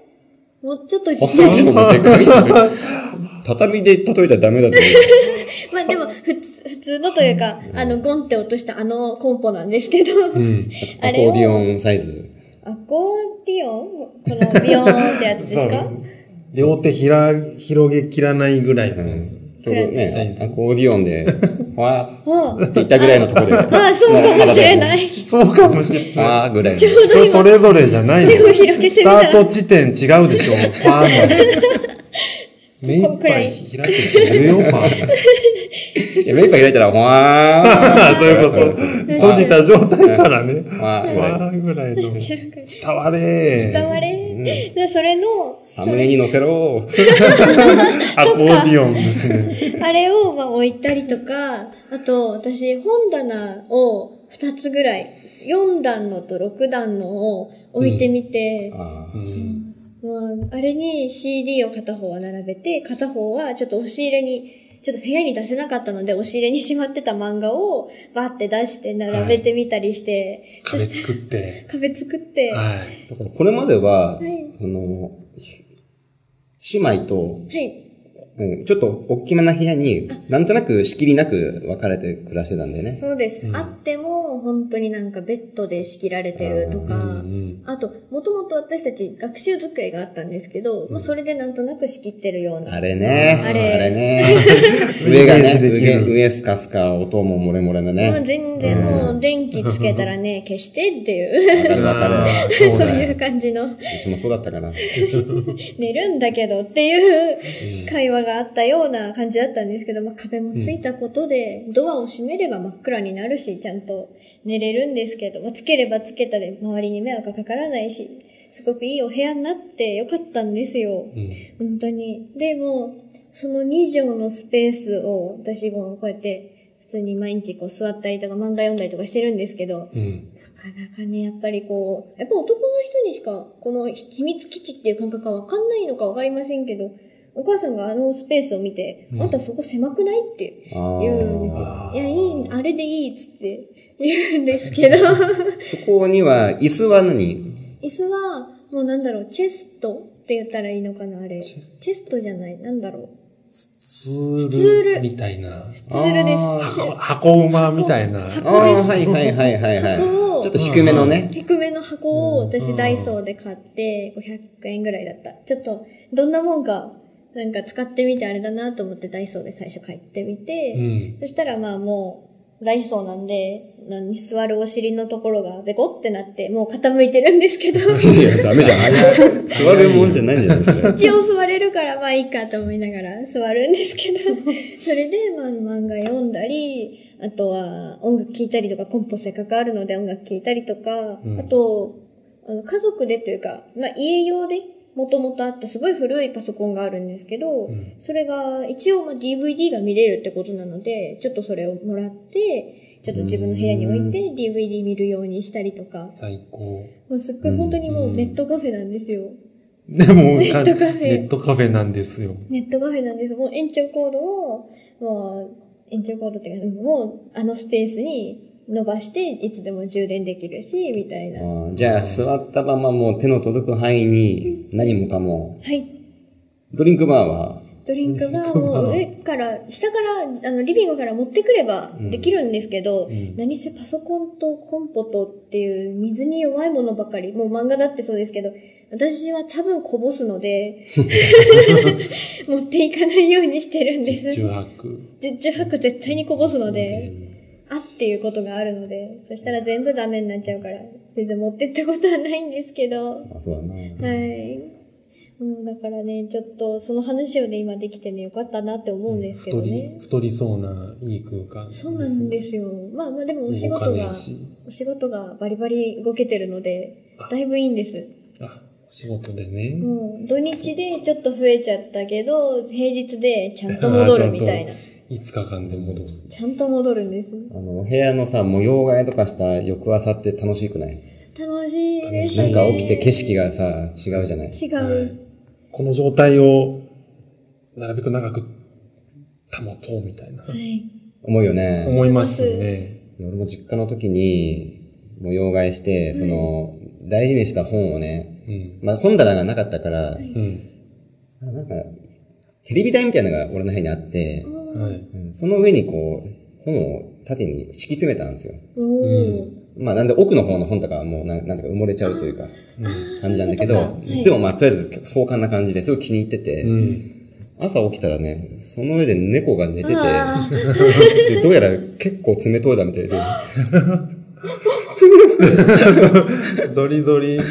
A: もうちょっとちっちゃ
C: 畳
A: い。
C: でもでかい [laughs] 畳で例えちゃダメだと思
A: [laughs]
C: [laughs]
A: まあでも、普通、普通のというか、あの、ゴンって落としたあのコンポなんですけど、
B: うん。
C: う。
A: [laughs] あ
C: ア
A: れ
C: コーディ
A: を、
C: オンサイズ。
A: アコーディオンこのビヨーンってやつですか
B: そう両手ひら、広げきらないぐらいの。
C: ちょうど
B: サイ
C: ね
B: ズ、
C: アコーディオンで、わーっ
A: あ
C: て言ったぐらいのところで。あ。
A: [laughs] ああ、そうかもしれないい。
B: そうかもしれない。
C: あーぐらいの
A: ちょ。うど
B: 人そ
A: 今、
B: れぞれじゃないの。
A: 手を広げて
B: ス
A: みた
B: ター
A: ら
B: ト、地点違うでしょ、ファ
A: [laughs]
B: ーの。目いっぱい開いてしまうよ、ファーの。
C: いや目いっぱい開いたら、わ
B: [laughs]
C: ー。
B: そういうこと。閉じた状態からね、フ
C: わーぐらい。
B: ァーぐらい
A: [laughs]
B: の。
A: ちゃうか
B: 伝われー。
A: 伝われ、でそれの、
C: サムネに載せろ。
B: アコーディオンですね。
A: あれをまあ置いたりとか、あと私本棚を2つぐらい、4段のと6段のを置いてみて、
C: あー
B: うん
A: もうあれに CD を片方は並べて、片方はちょっと押し入れに、ちょっと部屋に出せなかったので、押し入れにしまってた漫画をバーって出して並べてみたりして、そ
B: 壁
A: して
B: 作って。
A: 壁作って、は
B: はい。
C: だからこれまでは、
A: い
C: あの、ひ姉妹と、
A: い。
C: うんちょっと大きめな部屋に、なんとなく仕切りなく分かれて暮らしてたんだよね。
A: そうです。あっても、本当になんかベッドで仕切られてるとか、あと、もともと私たち学習机があったんですけど、まあそれでなんとなく仕切ってるような。
C: あれね。
A: あれ
C: ね。
B: [laughs]
C: 上が
B: イメー
C: ね、
B: ジできる。
C: 上、上スカスカ、音も漏れ漏れだね。
A: まあ全然もう電気つけたら [laughs] ね、消してっていう、
C: わかるわか
A: [laughs]
C: る。
A: そういうう感じの、
C: うちもそうだったから。
A: 寝るんだけどっていう会話があったような感じだったんですけど、まあ壁もついたことで、ドアを閉めれば真っ暗になるし、ちゃんと寝れるんですけど、まあつければつけたで周りに迷惑がかからないし、すごくいいお部屋になってよかったんですよ。本当に。でも、その2畳のスペースを、私もこうやって、普通に毎日こう座ったりとか漫画読んだりとかしてるんですけど、
B: うん。
A: なかなかね、やっぱりこう、やっぱ男の人にしか、この秘密基地っていう感覚がわかんないのかわかりませんけど、お母さんがあのスペースを見て、あんたそこ狭くないって
C: あ
A: 言うんです
C: ー
A: よ。いや、いい、あれでいいっつって言うんです [laughs] けど、
C: そこには、椅子は何
A: 椅子は、もうなんだろう、チェストって言ったらいいのかな、あれ。チ
B: ェ
A: ェストじゃない、なんだろ
B: ツ
A: ツー
B: ール
A: ル
B: みたいな。
A: う。ツールです。
C: あー
A: し
B: 箱箱馬みたいな。
A: 箱
C: ああ、はいはいはいはい
A: 箱
C: は
A: を
C: い。ちょっと低めのね。
A: 低めの箱を私ダイソーで買って500円ぐらいだった。ちょっとどんなもんかなんか使ってみてあれだなと思ってダイソーで最初買ってみて、
B: うん
A: そしたらまあもうダイソーなんで、何座るお尻のところがベコってなってもう傾いてるんです
B: [laughs]
A: けど、
C: いや、ダメ [laughs] じゃん。あれ座るもんじゃないんじゃないですか。
A: 一応座れるからまあいいかと思いながら座るんですけ [laughs] ど、それでまあ漫画読んだり、あとは音楽聴いたりとか、コンポせっかくあるので音楽聴いたりとか、あと、あの家族でというか、まあ家用でもともとあったすごい古いパソコンがあるんですけど、それが一応まあ DVD が見れるってことなので、ちょっとそれをもらって、ちょっと自分の部屋に置いて DVD 見るようにしたりとか、
B: 最高。
A: もうすっごい本当にもうネットカフェなんですよ。
B: でも、ネ
A: ットカフェ
B: ネットカフェなんですよ。
A: ネットカフェなんです。もう延長コードを、もう、延長コードっていうか、もう、あのスペースに伸ばして、いつでも充電できるし、みたいな。は
C: あーじゃあ、座ったままもう手の届く範囲に何もかも、
A: い。
C: ドリンクバーは、
A: ドリンクバーも上から、下から、あの、リビングから持ってくればできるんですけど、何せパソコンとコンポとっていう水に弱いものばかり、もう漫画だってそうですけど、私は多分こぼすの [laughs] で、持っていかないようにしてるんです。
B: 中泊。
A: 十中八九絶対にこぼすので、あっていうことがあるので、そしたら全部ダメになっちゃうから、全然持ってったことはないんですけど、は
C: あそうだな。
A: い。もうだからね、ちょっとその話をね、今できてね、よかったなって思うんですけど
B: 太り、
A: ね。
B: 太りそうないい空間。
A: そうなんですよ。まあまあでもお仕事
B: 動かね
A: が
B: えし、
A: お仕事がバリバリ動けてるので、だいぶいいんです。
B: あ、仕事でね。
A: もう土日でちょっと増えちゃったけど、平日でちゃんと戻るみたいな
B: [laughs] あ。ちゃんと5日間で戻す。
A: ちゃんと戻るんです。
C: あの、お部屋のさ、模様替えとかした翌朝って楽しくない
A: 楽しいでした
C: な
A: ね。
C: んか起きて景色がさ、違うじゃな
A: 違う。
C: い
B: この状態を、なるべく長く保とうみたいな。
A: はい。
C: 思うよね。
B: 思いますね。
C: 俺も実家の時に、模様替えして、その、大事にした本をね、
B: うん。
C: まあ本棚がなかったから、
B: う
C: なんか、テレビ台みたいなのが俺の部屋にあって、
B: ん。はい。
C: うんその上にこう、本を縦に敷き詰めたんですよ。
A: おお。
C: まあなんで奥の方の本とかはもうなんなんだか埋もれちゃうというか、感じなんだけど、
A: はい
C: でもまあとりあえず壮観な感じですごい気に入ってて、
B: うん。 [laughs]
C: 朝起きたらね、その上で猫が寝てて
A: あ、
C: でどうやら結構冷といだみたいで、
B: ゾリゾリ。
A: あ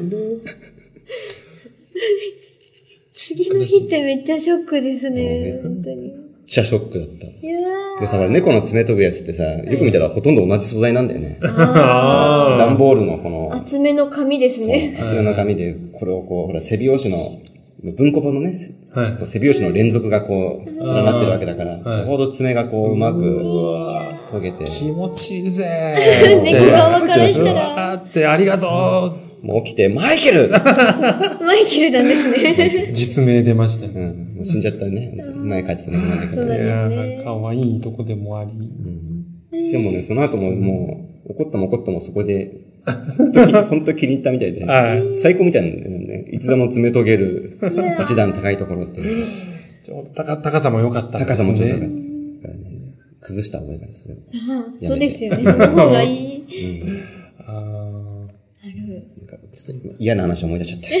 A: ー次の日ってめっちゃショックですね。本当に。
C: シャショックだった。
A: いや
C: でさ、ほら猫の爪飛ぶやつってさ、よく見たらほとんど同じ素材なんだよね。
B: あ
C: 段ボールのこの
A: ー、厚めの紙ですね。
C: 厚めの紙で、これをこう、ほら、背表紙の、文庫本のね、
B: あ。はい。
C: 背拍子の連続がこう、連なってるわけだから、ちょうど爪がこう、うまく、溶けて、
B: 気持ちいいぜ
A: 猫側からしたら、
B: あって、ありがと
C: もう起きて、マイケル
A: マイケルなんですね。
B: う実名出ました
C: う
B: ね。
C: ん、もう死んじゃったね。前帰ってたのなんだけ
A: そう
C: ど。
A: なん
B: い
A: です
B: や
A: ね。
B: ー、かわいいとこでもあり。
C: でもね、その後ももう、怒ったも怒ったもそこで、本当に本当に気に入ったみたいで、
B: はい。
C: 最高みたいなんだよね。いつでも爪遂げる、8段高いところっていうのが
B: ちょうど高高さも良かったですね。
C: 高さもちょっと高かったからね。崩した覚えがある、それを。
A: あーそうですよね。その方がいい。
B: あー
A: ある。
C: なんか、ちょっと今嫌な話思い出しちゃっ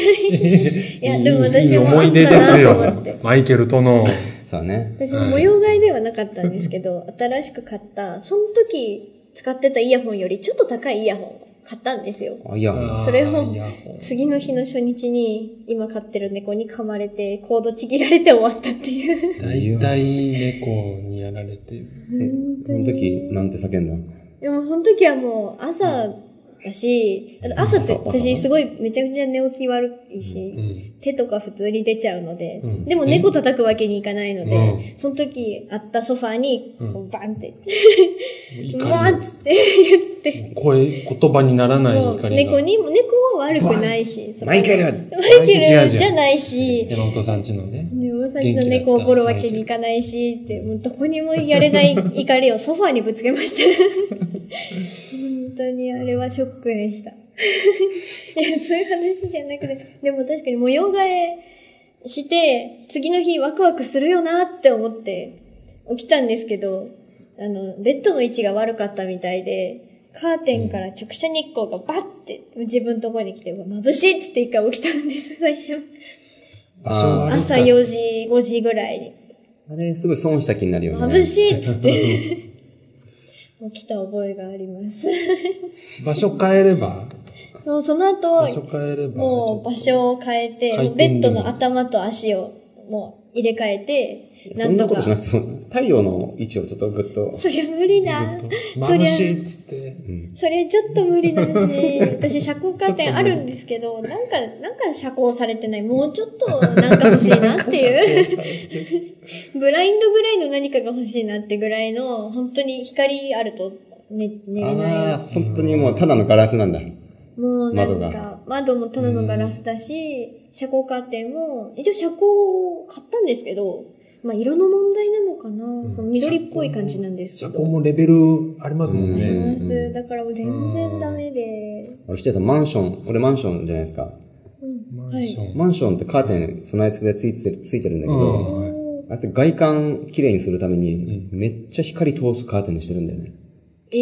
A: いや、でも私
B: い
A: も
B: 思
A: あ
B: い
A: っ
B: 出で
A: た
B: す
A: な
B: よ
A: と思って。。
B: マイケルとの。
C: た。そうね。
A: 私も模様替えではなかったんですけど、新しく買った、その時使ってたイヤホンよりちょっと高いイヤホンを買ったんですよ。
C: あ、いや、
A: それを
B: イヤホン
A: 次の日の初日に今飼ってる猫に噛まれて、コードちぎられて終わったっていう。 [laughs]
B: 大体猫にやられてる。
C: えその時、なんて叫んだ
A: でもその時はもう朝だし、あと朝って
C: 朝朝
A: 私すごいめちゃくちゃ寝起き悪いし、手とか普通に出ちゃうので、
B: ん
A: でも猫叩くわけにいかないので、
B: う
A: その時あったソファーにこうバンって、
B: 怒り
A: バンっつって言って、
B: 声、言葉にならない
A: もう
B: 怒りが。
A: 猫にも、猫は悪くないし、その
C: マイケル
A: マイケルじゃないし、
B: 山本さんちのね。
A: でもさっきの猫を怒るわけにいかないし、って、もうどこにもやれない怒りをソファーにぶつけました。本当にあれはショックでした。いや、そういう話じゃなくて、でも確かに模様替えして、次の日ワクワクするよなって思って起きたんですけど、あの、ベッドの位置が悪かったみたいで、カーテンから直射日光がバッて自分のところに来て、うわ眩しいっつって一回起きたんです、最初。
B: 場所悪かっ
A: 朝
B: た。
A: 4時、5時ぐらいに。
C: あれ、すごい損した気になるよね。
A: 眩しいっつって。起きた覚えがあります。 [laughs]
B: 場所変えれば
A: もうその
B: 場所
A: 後、
B: 変えれば。
A: もう場所を変えて、
B: 回
A: ベ
B: 転
A: ッ
B: で
A: ド
B: も
A: の頭と足を、もう、入れ替えて、
C: そんなことしな
A: か。
C: くても、太陽の位置をちょっとぐっと、
A: そりゃ無理だ。そり
B: 眩
A: ゃ、
B: しいっつって。
A: そりゃちょっと無理だね。私、遮光カーテンあるんですけど、なんか、なんか遮光されてない。もうちょっとなんか欲しいなっていう。ブラインドぐらいの何かが欲しいなってぐらいの、本当に光あると寝寝れない
C: ああ、本当にもうただのガラスなんだ。
A: もうなん
C: 窓
A: か
C: が、
A: 窓もただのガラスだし、遮光カーテンも、一応遮光を買ったんですけど、まあ色の問題なのかな、その緑っぽい感じなんです
B: 遮
A: け
B: 光
A: ど。
B: もレベルありますもん
A: あり
B: ね。
A: ます。だからもう全然ダメで。
C: 俺来てたマンション、俺マンションじゃないですか。
A: うん。
B: マ
A: は
B: ン
A: い
B: シ。ョン。
C: マンションってカーテン備え付けでついてる、ついてるんだけ
B: うん
C: ど、
B: はい
C: あれって外観綺麗にするために、めっちゃ光通すカーテンにしてるんだよね。
A: え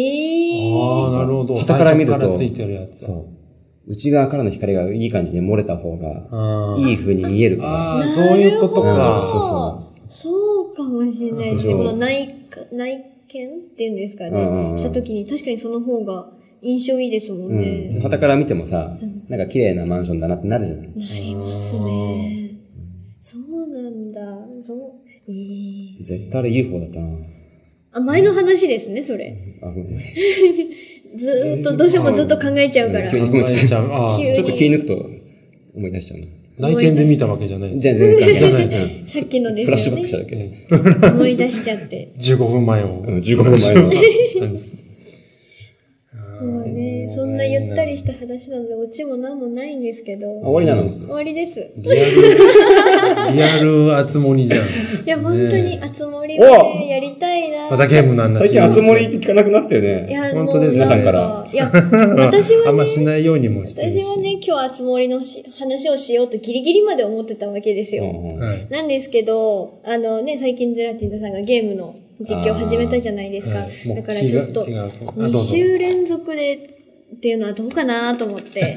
A: え
B: ああ、なるほど。
C: 旗から見ると
B: 最初からついてるやつ。
C: そう。内側からの光がいい感じに漏れた方が、
B: あー
C: いい風に見えるか
B: あー、そういうこと
C: ら。
B: か。
C: うんそうそ
A: そうかもしれないですね。
C: うん
A: この内か、内見っていうんですか
C: うんうんう
A: ね。
C: ん
A: した時に確かにその方が印象いいですもん
C: う。う
A: ね
C: ん。。旗から見てもさ、なんか綺麗なマンションだなってなるじゃない。
A: なりますね。そうなんだ。そう。ええ
C: 絶対あれ UFO だったな。
A: あ、前の話ですね、それ。
C: あ、ごめん。ち
A: ずーっと、どうしてもずっと考えちゃうから。
C: うん
B: 考えちゃう。あ
A: 急
B: ー
A: に
C: ょっと気抜くと思い出しちゃうな。
B: 内見で見たわけじゃない。
C: じゃあ全然
B: じゃ
C: 関
B: な
C: 係
B: い
C: ない。うん
A: さっきので
C: フラッシュバックし
A: す
C: た
A: よ
C: だけ。
A: ね。思い出しちゃって。
B: 15分前を。
C: ん15分前
B: [laughs]
C: を
A: もうね、そんなゆったりした話なので、オチも何もないんですけ
C: あ
A: ど、
C: 終わりなの
A: 終わりです。
B: リアル、リ [laughs] アルあつ森 [laughs] じゃん。
A: いや、本当に、あつ森はね、やりたいな。
B: またゲームの話。
C: 最近、熱盛って聞かなくなったよ
A: い
C: ね。
A: や、
B: 本
A: も
B: 当
A: う、
B: です
C: 皆さんか
A: なん
C: ら
A: か、
B: [laughs]
A: いや、私
B: あ
A: は
B: んま
A: ね、
B: しないようにもしてるし。
A: 私はね、今日あつ森のし話をしようとギリギリまで思ってたわけですよ。
C: うんうん
B: はい。
A: なんですけど、あのね、最近ゼラチンダさんがゲームの実況を始めたじゃないですか。
B: はい
A: だからちょっと、
B: もう気が気がそうあ
A: 2
B: どうぞ
A: 週連続でっていうのはどうかなと思って、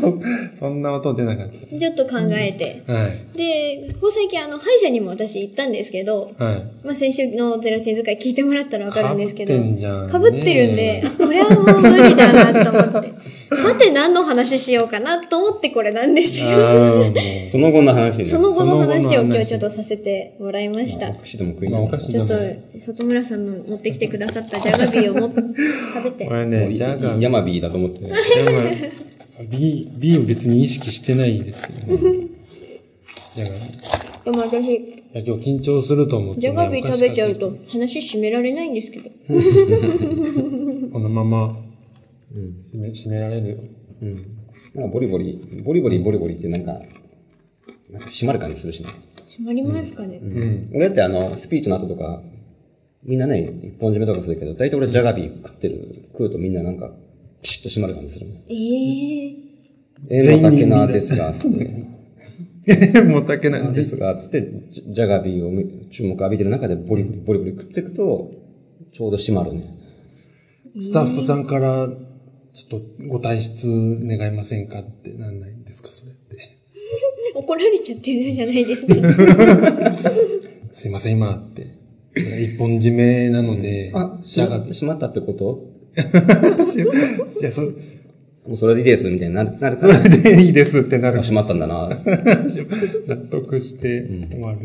B: [laughs] そんな音出なかっ
A: ちょっと考えて。
B: た。はい。
A: で、ここ最近あの、歯医者にも私行ったんですけど、 [laughs]
B: はい。
A: まあ、先週のゼラチン使い聞いてもらったらわかるんですけど、
B: 被ってんじゃんね
A: 被ってるんで、あこれはもう無理だなと
B: [laughs]
A: 思って。さて何の話しようかなと思ってこれなんです
B: あ
A: よ。
B: ーもう
C: その後の話に
A: そ
C: な
A: の
C: る。
A: 後の話を今
B: その後の
A: 日
B: 話
A: ちょっとさせてもらいました
C: お。菓子でも食い
B: ま
C: な
B: あ
C: が
B: お
C: ら
B: 菓子
A: ち
B: で
A: ょ
B: も
A: っ。と、里村さんの持ってきてくださったジャガビーをも食
B: [laughs]
A: べて
B: こ。れね、ジャガー、
C: ヤマビーだと思って。
B: ジャガー、B、B を別に意識してないですよね。ジャ
A: でも私、
B: ガー。いや、今日緊張すると思って、
A: ジ
B: ね。
A: ャガビー食べちゃう
B: お
A: と
B: 菓
A: 話締められないんですけど。
B: 子買って。このまま、締め、締められるよ。
C: なんかボリボリ、ボリボリボリボリってなんか、なんか締まる感じするしね。
A: 締まりますかね、
C: 俺だってあの、スピーチの後とか、みんなね、一本締めとかするけど、大体俺ジャガビー食ってる、食うとみんななんか、ピシッと締まる感じするもん。
A: ええ
C: えー、またけなですが、つって。
B: [laughs] もうたけない。
C: ですが、つって、ジャジャガビーをみ注目浴びてる中でボリボリボリボリ食っていくと、ちょうど締まるね。
B: スタッフさんから、ちょっとご退出願いませんかってなんないんですか、それって。
A: 怒られちゃってるじゃないですか。
B: すいません、今って。一本締めなので、
C: あ、
B: じゃ
C: 締
B: が
C: ま、締まったってこと
B: いや、それ
C: もうそれでいいです、みたいになるなるから、
B: でいいですってなるし、
C: 締まったんだ
B: 納
C: な。
B: 得して終わる。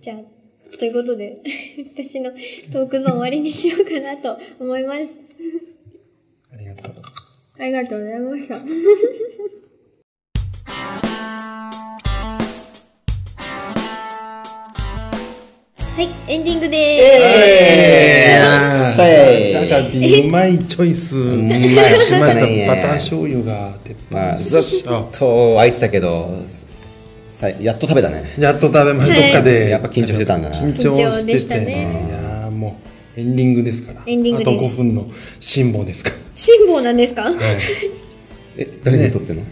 A: じゃあ、ということで、 [laughs] 私のトークゾーン終わりにしようかなと思います。
B: ありがとう。
A: ありがとうございました。 [laughs] はい、エンディングでーす。
C: え
B: ジャ
C: せー
B: ガビー、うまいチョイス。うまいしました。バター醤油が鉄
C: ま
B: 板
C: あ、
B: です。
C: ずっと愛してたけど、さやっと食べたね。
B: やっと食べまし
A: は
B: た。
A: い
B: どっかで。
C: やっぱ緊張してたんだな。
B: 緊張
A: 緊張
B: し
A: でしてた
B: て。
A: ね
B: いやーもう、エンディングですから。
A: エンディングです
B: あと5分の辛抱ですか
A: 辛抱なんですか
B: ら。 [laughs] はい。
C: え、誰にとってんの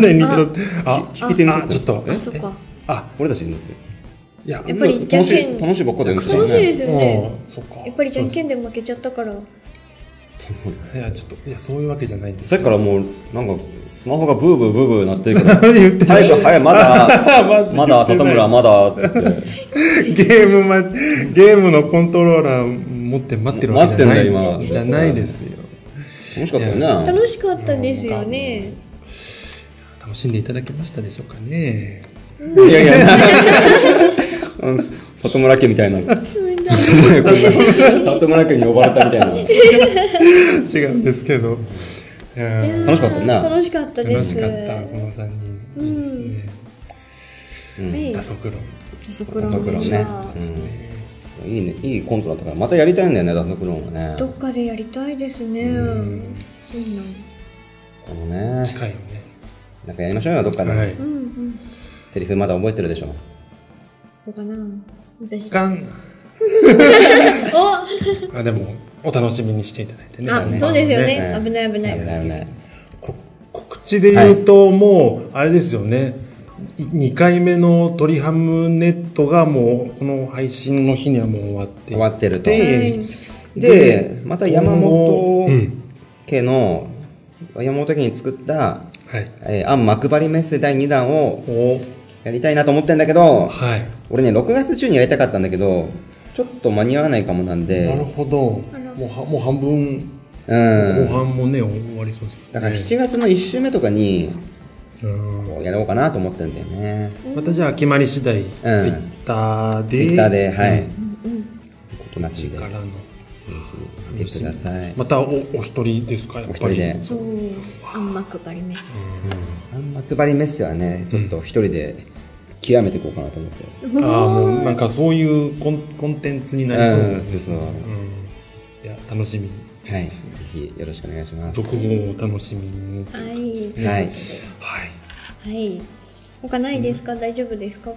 B: 誰にとって、あ、
C: 聞き手にと
B: あ、
C: って
B: ち
C: ん
B: ょっ
C: の
B: と、
A: あ、そっか。
B: あ、
C: 俺たちにとって。
B: いや、
A: やっぱりじゃん
C: 楽し
A: けん
C: い、楽しいばっかだよね。
A: 楽しいですよね。
B: うんそっか。
A: やっぱりじゃんけんで負けちゃったから。
B: いや、ちょっと、いや、そういうわけじゃないんです
C: [laughs] さっきからもう、なんか、スマホがブーブーブーブーなってる [laughs] から、
B: 言って
C: 早く、早く、まだ、
B: ま
C: [laughs] ま
B: だ
C: だ、里村、まだ、って言っ
B: ゲ
C: て
B: ームま、ゲームのコントローラー持って待ってるわけじゃない。
C: 待ってんだよ今
B: じゃないですよ。
C: 楽しかったよね。
A: 楽しかったですよね。
C: [laughs]
B: 楽しんでいただけましたでしょうかね。
C: いやいや、あの里村家みたいな。里
A: ごめんなさい
C: 村家こんな里村家に呼ばれたみたいな。
B: 違うんですけど。いやー
C: 楽しかったな
A: 楽しかったで
B: 楽
A: す。
B: しかった、この3人。いいですね。
A: はい。
B: 打足論。
A: そこら
C: ダサクロンね。うん。いいね、いいコントだったから、またやりたいんだよね、ダサクロンはね。
A: どっかでやりたいですね。いいな
C: あのね、
B: 機会をね。
C: なんかやりましょうよ、どっかで。
B: はい。
A: うんうん。
C: セリフまだ覚えてるでしょ。
A: そうかな。 [laughs] 私。
B: かん
A: お
B: あ、でも、お楽しみにしていただいてね。
A: あ、そうですよ
B: ね
A: ね。危ない危な
C: 危
A: い。
C: ない危ない。
B: こ告知で言うと、もう、あれですよね。2回目の鳥ハムネットがもう、この配信の日にはもう終わっていて。
C: 終わってると。
B: で
C: で、また山本
B: うん
C: 家の、山本家に作った、
B: はい。
C: えー、アン幕張メッセ第2弾を
B: お
C: やりたいなと思ってんだけど、
B: はい。
C: 俺ね、6月中にやりたかったんだけど、ちょっと間に合わないかもなん
B: なる
C: で、
B: ほど。もうは、もう半分、
C: うん。
B: 後半もね、終わりそうですね。
C: だから7月の1週目とかに、
B: うん
C: こうやろうかなと思ってんだよね。
B: またじゃあ決まり次第、ツイッターで
C: ツイッターで、はい。
A: うん
C: できますんで、
B: か
C: ぜ
B: らの
C: ひ見てください。
B: またおお一人ですかやっ
C: お一
B: ぱ
C: 人
B: り
C: で。
A: そう。あんま配ります。
C: あんま配りメッセはね、ちょっと一人で極めていこうかなと思って。
B: ああもうなんかそういうコンコンテンツになりそう
C: うんそうそう。
B: うん、いや楽しみ
C: はい。ぜひよろしくお願いします。
B: 続報を楽しみには
A: はい。
C: はい。
B: い
A: はい。他ないですか大丈夫ですか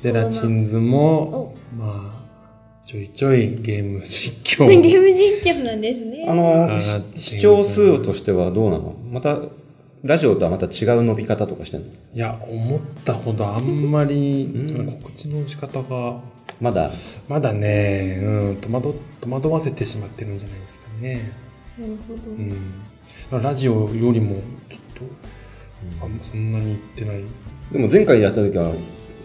B: ゼラチンズもまあちょいちょいゲーム実
A: [laughs]
B: 況
A: ゲーム実況なんですね。
C: あの、
B: ー
C: し
B: でも
C: 視聴数としてはどうなのまた、ラジオとはまた違う伸び方とかしてんの
B: いや思ったほどあんまり告知の仕方が
C: まだ、
B: まだね、うん、戸惑戸惑わせてしまってるんじゃないですかね。
A: なるほど。
B: うん、だからラジオよりもちょっと、あん、そんなにいってない
C: でも前回やった時は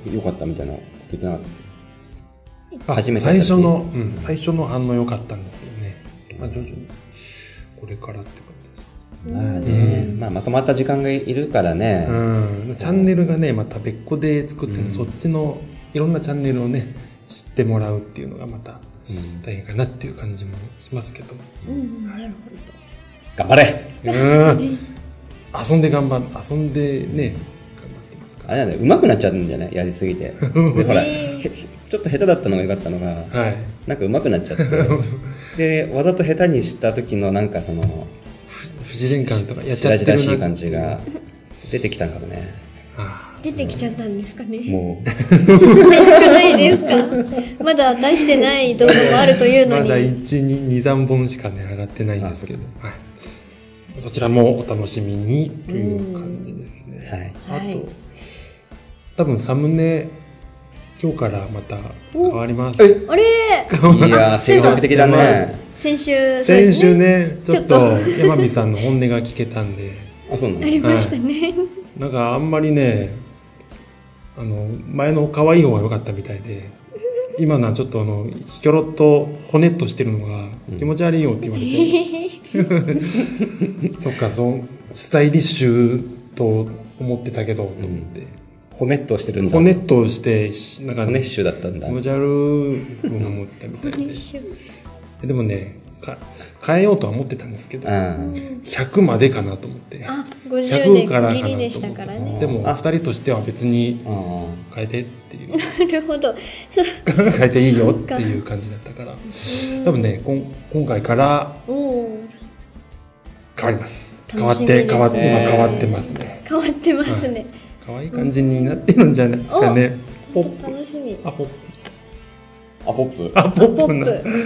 C: 良かったみたいなこと言ってなかったっ
B: あ
C: 初めてやっ
B: 最
C: た時
B: 初の、うん、最初の反応良かったんですけどね、まあ、徐々にこれからって感じです、
C: けまあね、まあまとまった時間がいるからね、
B: うん、チャンネルがねまた別個で作ってる、そっちのいろんなチャンネルをね知ってもらうっていうのがまた大変かなっていう感じもします
C: [laughs]
B: けど、
A: うん、なる
C: 頑張れ
B: うん、遊んで頑張る遊んでね頑張ってますか
C: あれだね、上手くなっちゃうんだよね、やりすぎて。で、 [laughs] ほら、
A: え
C: へちょっと下手だったのが良かったのが、
B: らはい
C: なんか上手くなっち
B: [laughs]
C: ゃって。で、わざと下手にした時のなんかその、
B: 不自然感とかやっち
C: し
B: ゃ
C: ら
B: って
C: じ
B: るな
C: らしい感じが出てきたんか
B: [laughs]
C: もね。
B: あ
A: 出てきちゃったんですかね。
C: もう、
A: 少ないです
B: [laughs]
A: かまだ出してない動画もあるという
B: ま
A: の
B: だ
A: に。
B: 1、2、2、3本しかね、上がってないんですけど、はい。そちらもお楽しみにという感じですね。
C: はい。
B: あ
A: はい
B: と、多分サムネ、今日からまた変わります。
A: あれ
C: いやー、精力的だね。
A: 先週、そうで
B: 先
A: すね
B: 週ね、ちょっと
A: ちょっ
B: 山美さんの本音が聞けたんで、
C: あ、そうな
A: あ
C: の
A: りましたね。
B: なんかあんまりね、あの、前の可愛い方が良かったみたいで、今のはちょっとあの、ひきょろっと骨っとしてるのが気持ち悪いよって言われて、
C: [laughs]
B: そっか、そう、スタイリッシュと思ってたけど、と思って。
C: 骨っとしてるんだ。
B: 骨っとして、しなんか、
C: 骨っしゅだったんだ
B: 気。持ち悪いと思ったみたいで。でもね、か変えようとは思ってたんですけど、
C: うん。
B: 100までかなと思って。
A: あ、
B: 100
A: 50
B: から
A: でギ
B: かなと
A: リ
B: 思
A: で
B: っ
A: したから
B: て。
A: ね。
B: でも、二人としては別に
C: ああ。
B: 変えてっていう。
A: なるほど。そう
B: [laughs] 変えていいよっていう感じだったから。多分ね、こん今回から
A: おー
B: 変わります。変わ
A: 楽
B: っ
A: しみ
B: て、
A: です
B: 変わって、
A: ね
B: 今変わってますね。
A: 変わってますね。
B: 可愛い感じになってるんじゃないですかね。ポップ。
A: 楽しみ。
B: あ、ポップ。
C: あ、ポップ。
B: あ、ポ
A: ポ
B: ップ
A: ッ
B: な
A: プ。
B: 感じ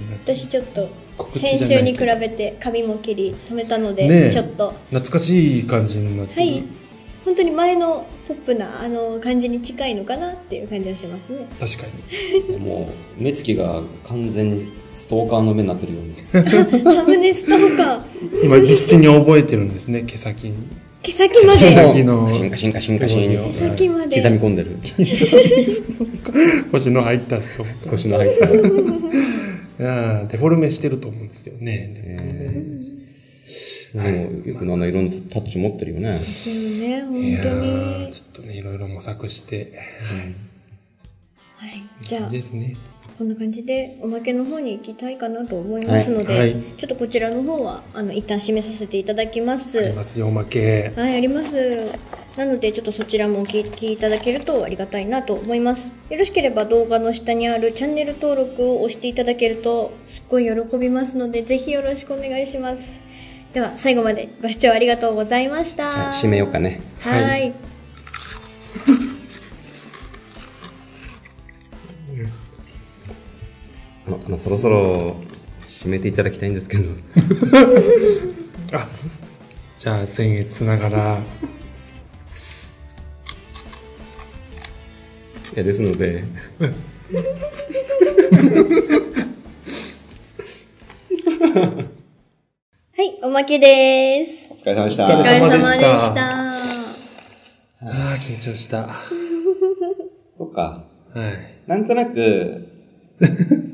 B: になって。
A: 私ちょっと
B: 告知じゃない
A: 先週に比べて髪も切り染めたの
B: ねえ
A: でちょっと
B: 懐かしい感じになって
A: は
B: る。
A: い本当に前のポップなあの感じに近いのかなっていう感じがします
B: [laughs]
A: ね
B: 確かに。
C: もう、目つきが完全にストーカーの目になってるように。
A: サムネストーカー
B: 今、必死に覚えてるんですね、毛先に。 [laughs]
A: 毛先ま
B: 毛
A: で
B: 先の
C: カシンカシンカシンカシン。
B: 毛
A: 毛先まで
C: 刻み込んでる。
B: [laughs] 腰の入った人。
C: 腰の入った。
B: ああデフォルメしてると思うんですけどね。
C: でもよくあの、いろんなタッチ持ってるよね。
A: ですよね
B: い
A: 本
B: や
A: 当に
B: ーちょっとね、いろいろ模索して、
A: じゃあ
B: ですね。
A: こんな感じでおまけの方に行きたいかなと思いますので、
B: はいはい
A: ちょっとこちらの方はあの一旦締めさせていただきます。
B: ありますよ、おまけ。
A: はい、あります。なので、ちょっとそちらもお聞きいただけるとありがたいなと思います。よろしければ動画の下にあるチャンネル登録を押していただけると、すっごい喜びますので、ぜひよろしくお願いします。では、最後までご視聴ありがとうございました。
C: じゃあ締めようかね。
A: はい。
B: は
C: あの、あのそろそろ締めていただきたいんですけど。
B: あ、じゃあ、僭越ながら、
C: いや、ですので。
A: はい、おまけです
C: お。疲れ様でし
B: お
A: お疲
B: 疲
C: た。
A: れ
B: れ様
A: 様
B: で
A: で
B: した
A: した。
B: ああ、緊張した。は
C: そっか。
B: い。
C: なんとなく、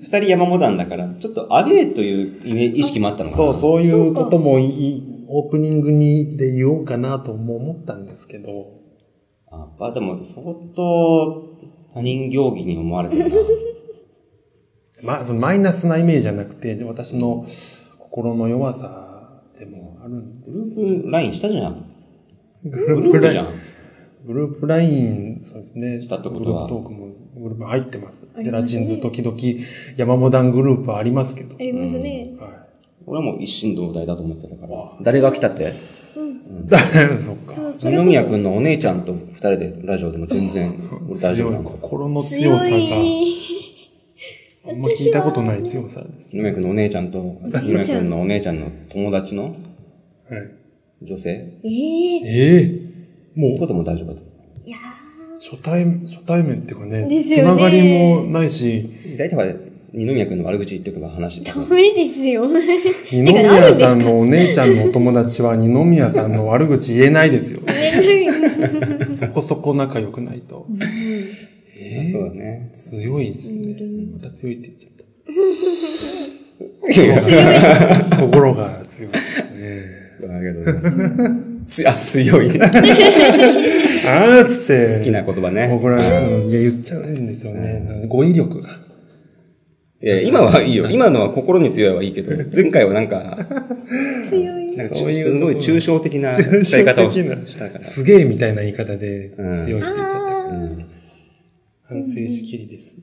C: 二人山モダンだから、ちょっとアウェイというイメ意識もあったのかな。
B: そう、そういうこともいい、オープニングにで言おうかなとも思ったんですけど、
C: やっぱでも、相当他人行儀に思われてるな。
B: ま、そのマイナスなイメージじゃなくて、私の心の弱さでもあるんで
C: グループラインしたじゃん。
B: グ
C: グ
B: ル
C: ループじゃん。
B: グループライン、そうですね。
C: したってことは
B: グループトークも、グループ入ってます。
A: ありますね
B: ゼラチンズ時々、山モダングループありますけど。
A: ありますね。
B: は
C: 俺はもう一心同体だと思ってたから。誰が来たって
B: い。だ [laughs] そっか。
C: 二宮くんのお姉ちゃんと二人でラジオでも全然ラジオ
B: 強、
C: ない [laughs] んか。
B: 心の強
A: 強
B: さが、
A: い。
B: あんま聞いたことない強さです。
C: 二宮くんのお姉ちゃんと、二宮くんのお姉ちゃんの友達の
B: はい。
C: 女性
A: ええ
B: ええ
C: って
B: も
C: こ
B: う、
C: とも大丈夫だと思
A: いや
B: 初対面、初対面っていうかね、
A: です
B: つ
A: よ
B: な
A: ね
B: がりもないし、
C: う。大体は二宮くんの悪口言っておけば話
A: ー、ダメですよ。 [laughs]
B: 二
A: てかある
B: 宮
A: んで
B: さ
A: す
B: ん
A: か
B: のお姉ちゃんのお友達は二宮さんの悪口言えないですよ。そこそこ仲良くないと。ええ
C: そうだね。
B: 強いですね。また強いって言っちゃった。 [laughs] 心が強いですね。
C: [laughs] ありがとうございます。つあ強い。
B: [laughs] あーって。
C: 好きな言葉ね
B: 僕ら、うんいや言っちゃうんですよね。語彙力が。
C: いや、今はいいよ。今のは心に強いはい
B: [laughs]
C: いけど、前回はなんか、
A: 強い。
C: なんか
B: そういう
C: すごい抽象的な伝え方をしたから。
B: すげえみたいな言い方で
C: うん
B: 強いって言っちゃった。
C: うん
B: 反省しきりです。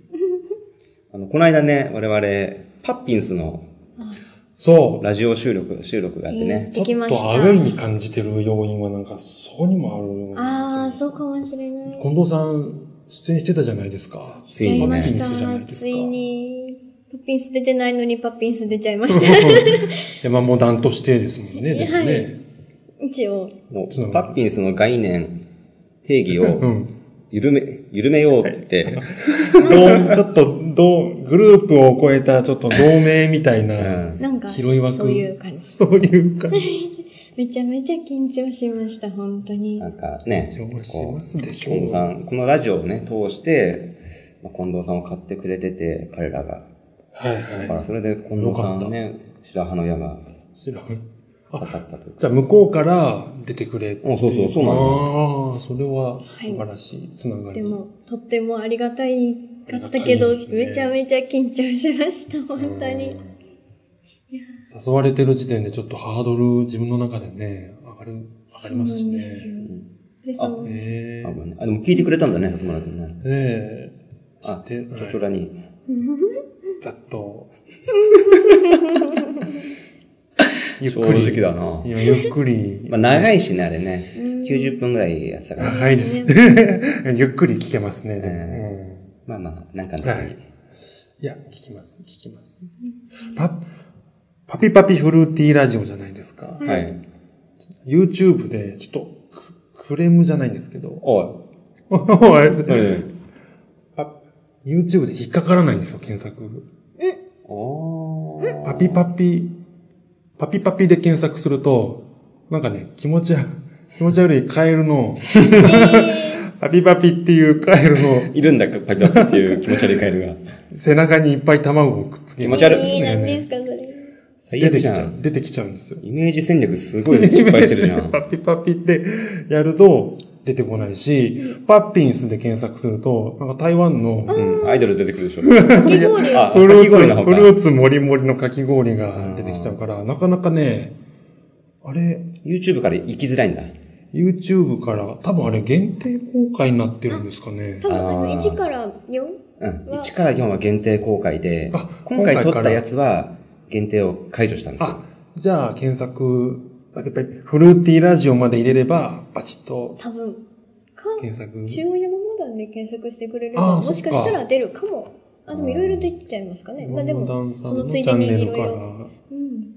C: あの、この間ね、我々、パッピンスの
B: そう。
C: ラジオ収録、収録があってね。
A: でき
B: ちょ
A: ま
B: っ
A: した
B: とアウェイに感じてる要因はなんか、そこにもあるような
A: ああ、そうかもしれない。
B: 近藤さん、出演してたじゃないですか。
A: しちゃいまし
B: ついにね
A: た。ついに。パッピンス出てないのにパッピンス出ちゃいました。
B: 山モダンとしてですもんね、でもね。
A: 一応。
C: もうパッピンスの概念、定義
B: う
C: を
B: ん。
C: 緩め、緩めようって言
B: [laughs]
C: って、
B: どうちょっと、どう、グループを超えた、ちょっと同盟みたいな、
A: なんか、
B: 広い枠
A: そういう感じ。
B: そういう感じ。
A: めちゃめちゃ緊張しました、本当に
C: な。んかね、
B: どうしますでしょ
C: 近
B: う
C: 藤さん、このラジオをね、通して、まあ近藤さんを買ってくれてて、彼らが。
B: はい
C: だか
B: は
C: らそれで近藤さんね、白羽の矢が
B: い。知らん。
C: 刺さったというか。
B: じゃあ、向こうから出てくれってい。
C: うんそうそうそうな
B: ああー、それは素晴らしいつながり。
A: でも、とってもありがたいかったけ
B: あ
A: ど
B: りがたいで、すね
A: めちゃめちゃ緊張しました、本当に。
B: 誘われてる時点でちょっとハードル自分の中でね、上がる、上がりますしね。
A: でその
B: え
C: あ
B: ー、
C: ごめんねあ、でも聞いてくれたんだね、里村君ね。
B: で、知
C: あ
B: っ、
C: ち
B: て、
C: ょち
B: は
C: ょらに。
B: いざっ
C: [laughs]
B: と、ゆっ
C: 正
B: くり。。
C: 直だない
B: や、ゆっくり
C: まあ、。長いしね、あれね。90分ぐらいやってたから。
B: 長いです。 [laughs] ゆっくり聞けますね。うん
C: まあまあ、なんかの
B: は
C: 時
B: い
C: に。。
B: いや、聞きます、聞きます。パ、パピパピフルーティーラジオじゃないですか。
C: はい。
B: YouTube で、ちょっとク、クレームじゃないんですけ
C: [laughs]
B: ど、
C: おい。
B: おい
C: おい。
B: パ YouTube で引っかからないんですよ、検索。
C: おー。
B: パピパピ、パピパピで検索すると、なんかね、気持ち悪い、 [laughs] 気持ち悪いカエルの、パピパピっていうカエルの
C: いるんだ、パピパピっていう気持ち悪いカエルが。
B: 背中にいっぱい卵をくっつけ
C: 気
B: ま
C: 持
B: す
C: ち悪
A: いい
C: い。
A: なん
B: ね
A: ですか、それ。
C: 最
B: 出
C: 悪
B: てき
C: じ
B: ち
C: ゃ
B: ゃう、
C: ん。
B: 出てきちゃうんですよ。 [laughs]
C: イメージ戦略すごい失敗してるじゃん。
B: パピパピってやると、出てこないし、パッピンスで検索すると、なんか台湾の
C: うんアイドル出てくるでし
B: [laughs]
C: ょ。
A: かき氷
C: あ、
B: フルー
C: かき
B: ツ、
C: 氷の方
B: フ
C: か
B: ルーツもりもりのかき氷が出てきちゃうから、なかなかね、あれ、
C: YouTube から行きづらいんだ。
B: YouTube から、多分あれ限定公開になってるんですかね。
A: 多分あの、
C: あー
A: 1から 4?
C: うん。
A: わ
C: 1から4は限定公開で
B: あ、
C: 今
B: 今
C: 回
B: 回か
C: 撮
B: ら
C: ったやつは限定を解除したんです
B: あ
C: よ。、
B: じゃあ検索、やっぱりフルーティーラジオまで入れれば、バチッと
A: 多分。か、
B: 検索。
A: 中央山モダンで検索してくれれ
B: あ
A: ば、
B: ー
A: もしかしたら出るかも。あ、でもいろいろ出ちゃいますかね。まあで
B: モダ
A: も、
B: ンさ
A: そ
B: ん
A: の
B: の
A: つ
B: チ
A: いで
B: ャン
A: に
B: ネ
A: い
B: ル
A: ろい
B: から
A: ろ、。うん、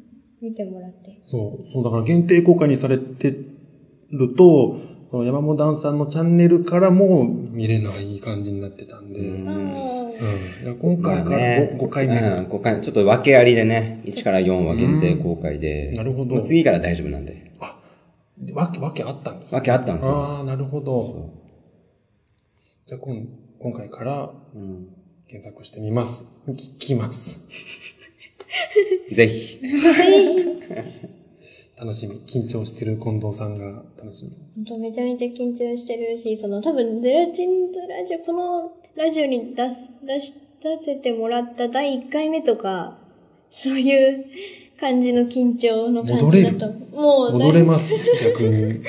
A: 見てもらって。
B: そう、そうだから限定公開にされてると、その山本ダンさんのチャンネルからも見れない感じになってたんで、うん
C: ん
A: あ
B: い
A: ー
B: や今回から 5, 回目。
C: うん、5回目。ちょっと分けありでね、1から4は限定公開で。
B: なるほど
C: もう次から大丈夫なんで。
B: わけ、わけあったんです
C: 分けあったんですよ。
B: ああ、なるほど。
C: そ
B: じゃあ今、今回から
C: ううん
B: 検索してみます。聞聞きます。
C: ぜひ。
B: 楽しみ。緊張してる近藤さんが楽しみ。
A: 本当めちゃめちゃ緊張してるし、その多分ゼラチンとラジオ、このラジオに出す、出し、出せてもらった第1回目とか、そういう感じの緊張の感じだと。もうだい
B: 戻れます。逆に。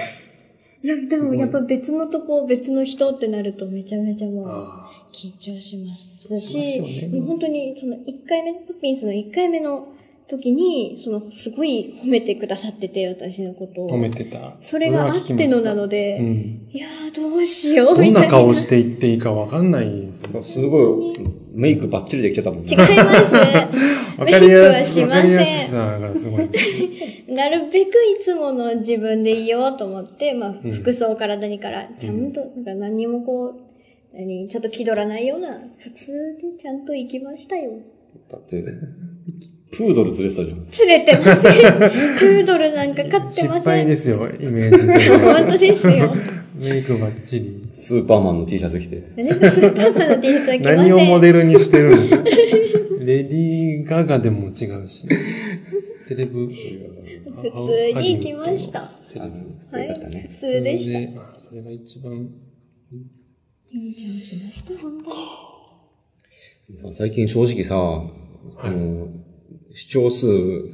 A: いや、でもやっぱ別のとこ、別の人ってなるとめちゃめちゃもう
B: あ
A: 緊張します
B: します
A: し、
B: よね
A: もう本当にその1回目、ポッピンスの1回目の時に、そのすごい褒めてくださってて、私のこと
B: ー
A: を。
B: 止めてた。
A: それがあってのな
B: で。
A: ので、
B: うん。
A: いやーどうしよう
B: どん
A: みた
B: ない
A: な。
B: 顔していっていいかわかんないですよ。
C: すごい、メイクバッチリできてたも
A: 違
C: ん
A: い
C: ね。
A: ます。
B: [laughs] わ
A: メイ
B: かり
A: ク
B: や
A: は
B: す
A: し
B: わ
A: ま
B: かりや
A: せ
B: すさがすごい。
A: ん。なるべくいつもの自分でいようと思って、まあ、服装から何から、ちゃんと、なんか何にもこう、何、ちょっと気取らないような、普通でちゃんと行きましたよ。
C: だって、プードル連れてたじゃん。
A: 釣れてません。プードルなんか飼って
B: 失
A: ませ
B: 敗
A: ん。
B: です
A: [laughs]
B: よ、イメージで。
A: 本当ですよ。
B: メイクバッチリ。
C: スーパーマンの T シャツ着て。
A: 何ですか、スーパーマンの T シャツは着ま
B: 何を
A: せ
B: モ
A: ん。
B: デルにしてるんですかレディー・ガガでも違うし、セレブ。
A: 普通に行きました。
B: セ
C: あ
B: レ
C: の
B: ブ。
C: 普通だったね
A: 普。通でした。
B: た。あそれが一番。
A: 緊張しました、本当に。
C: 最近正直さ、あの、視聴数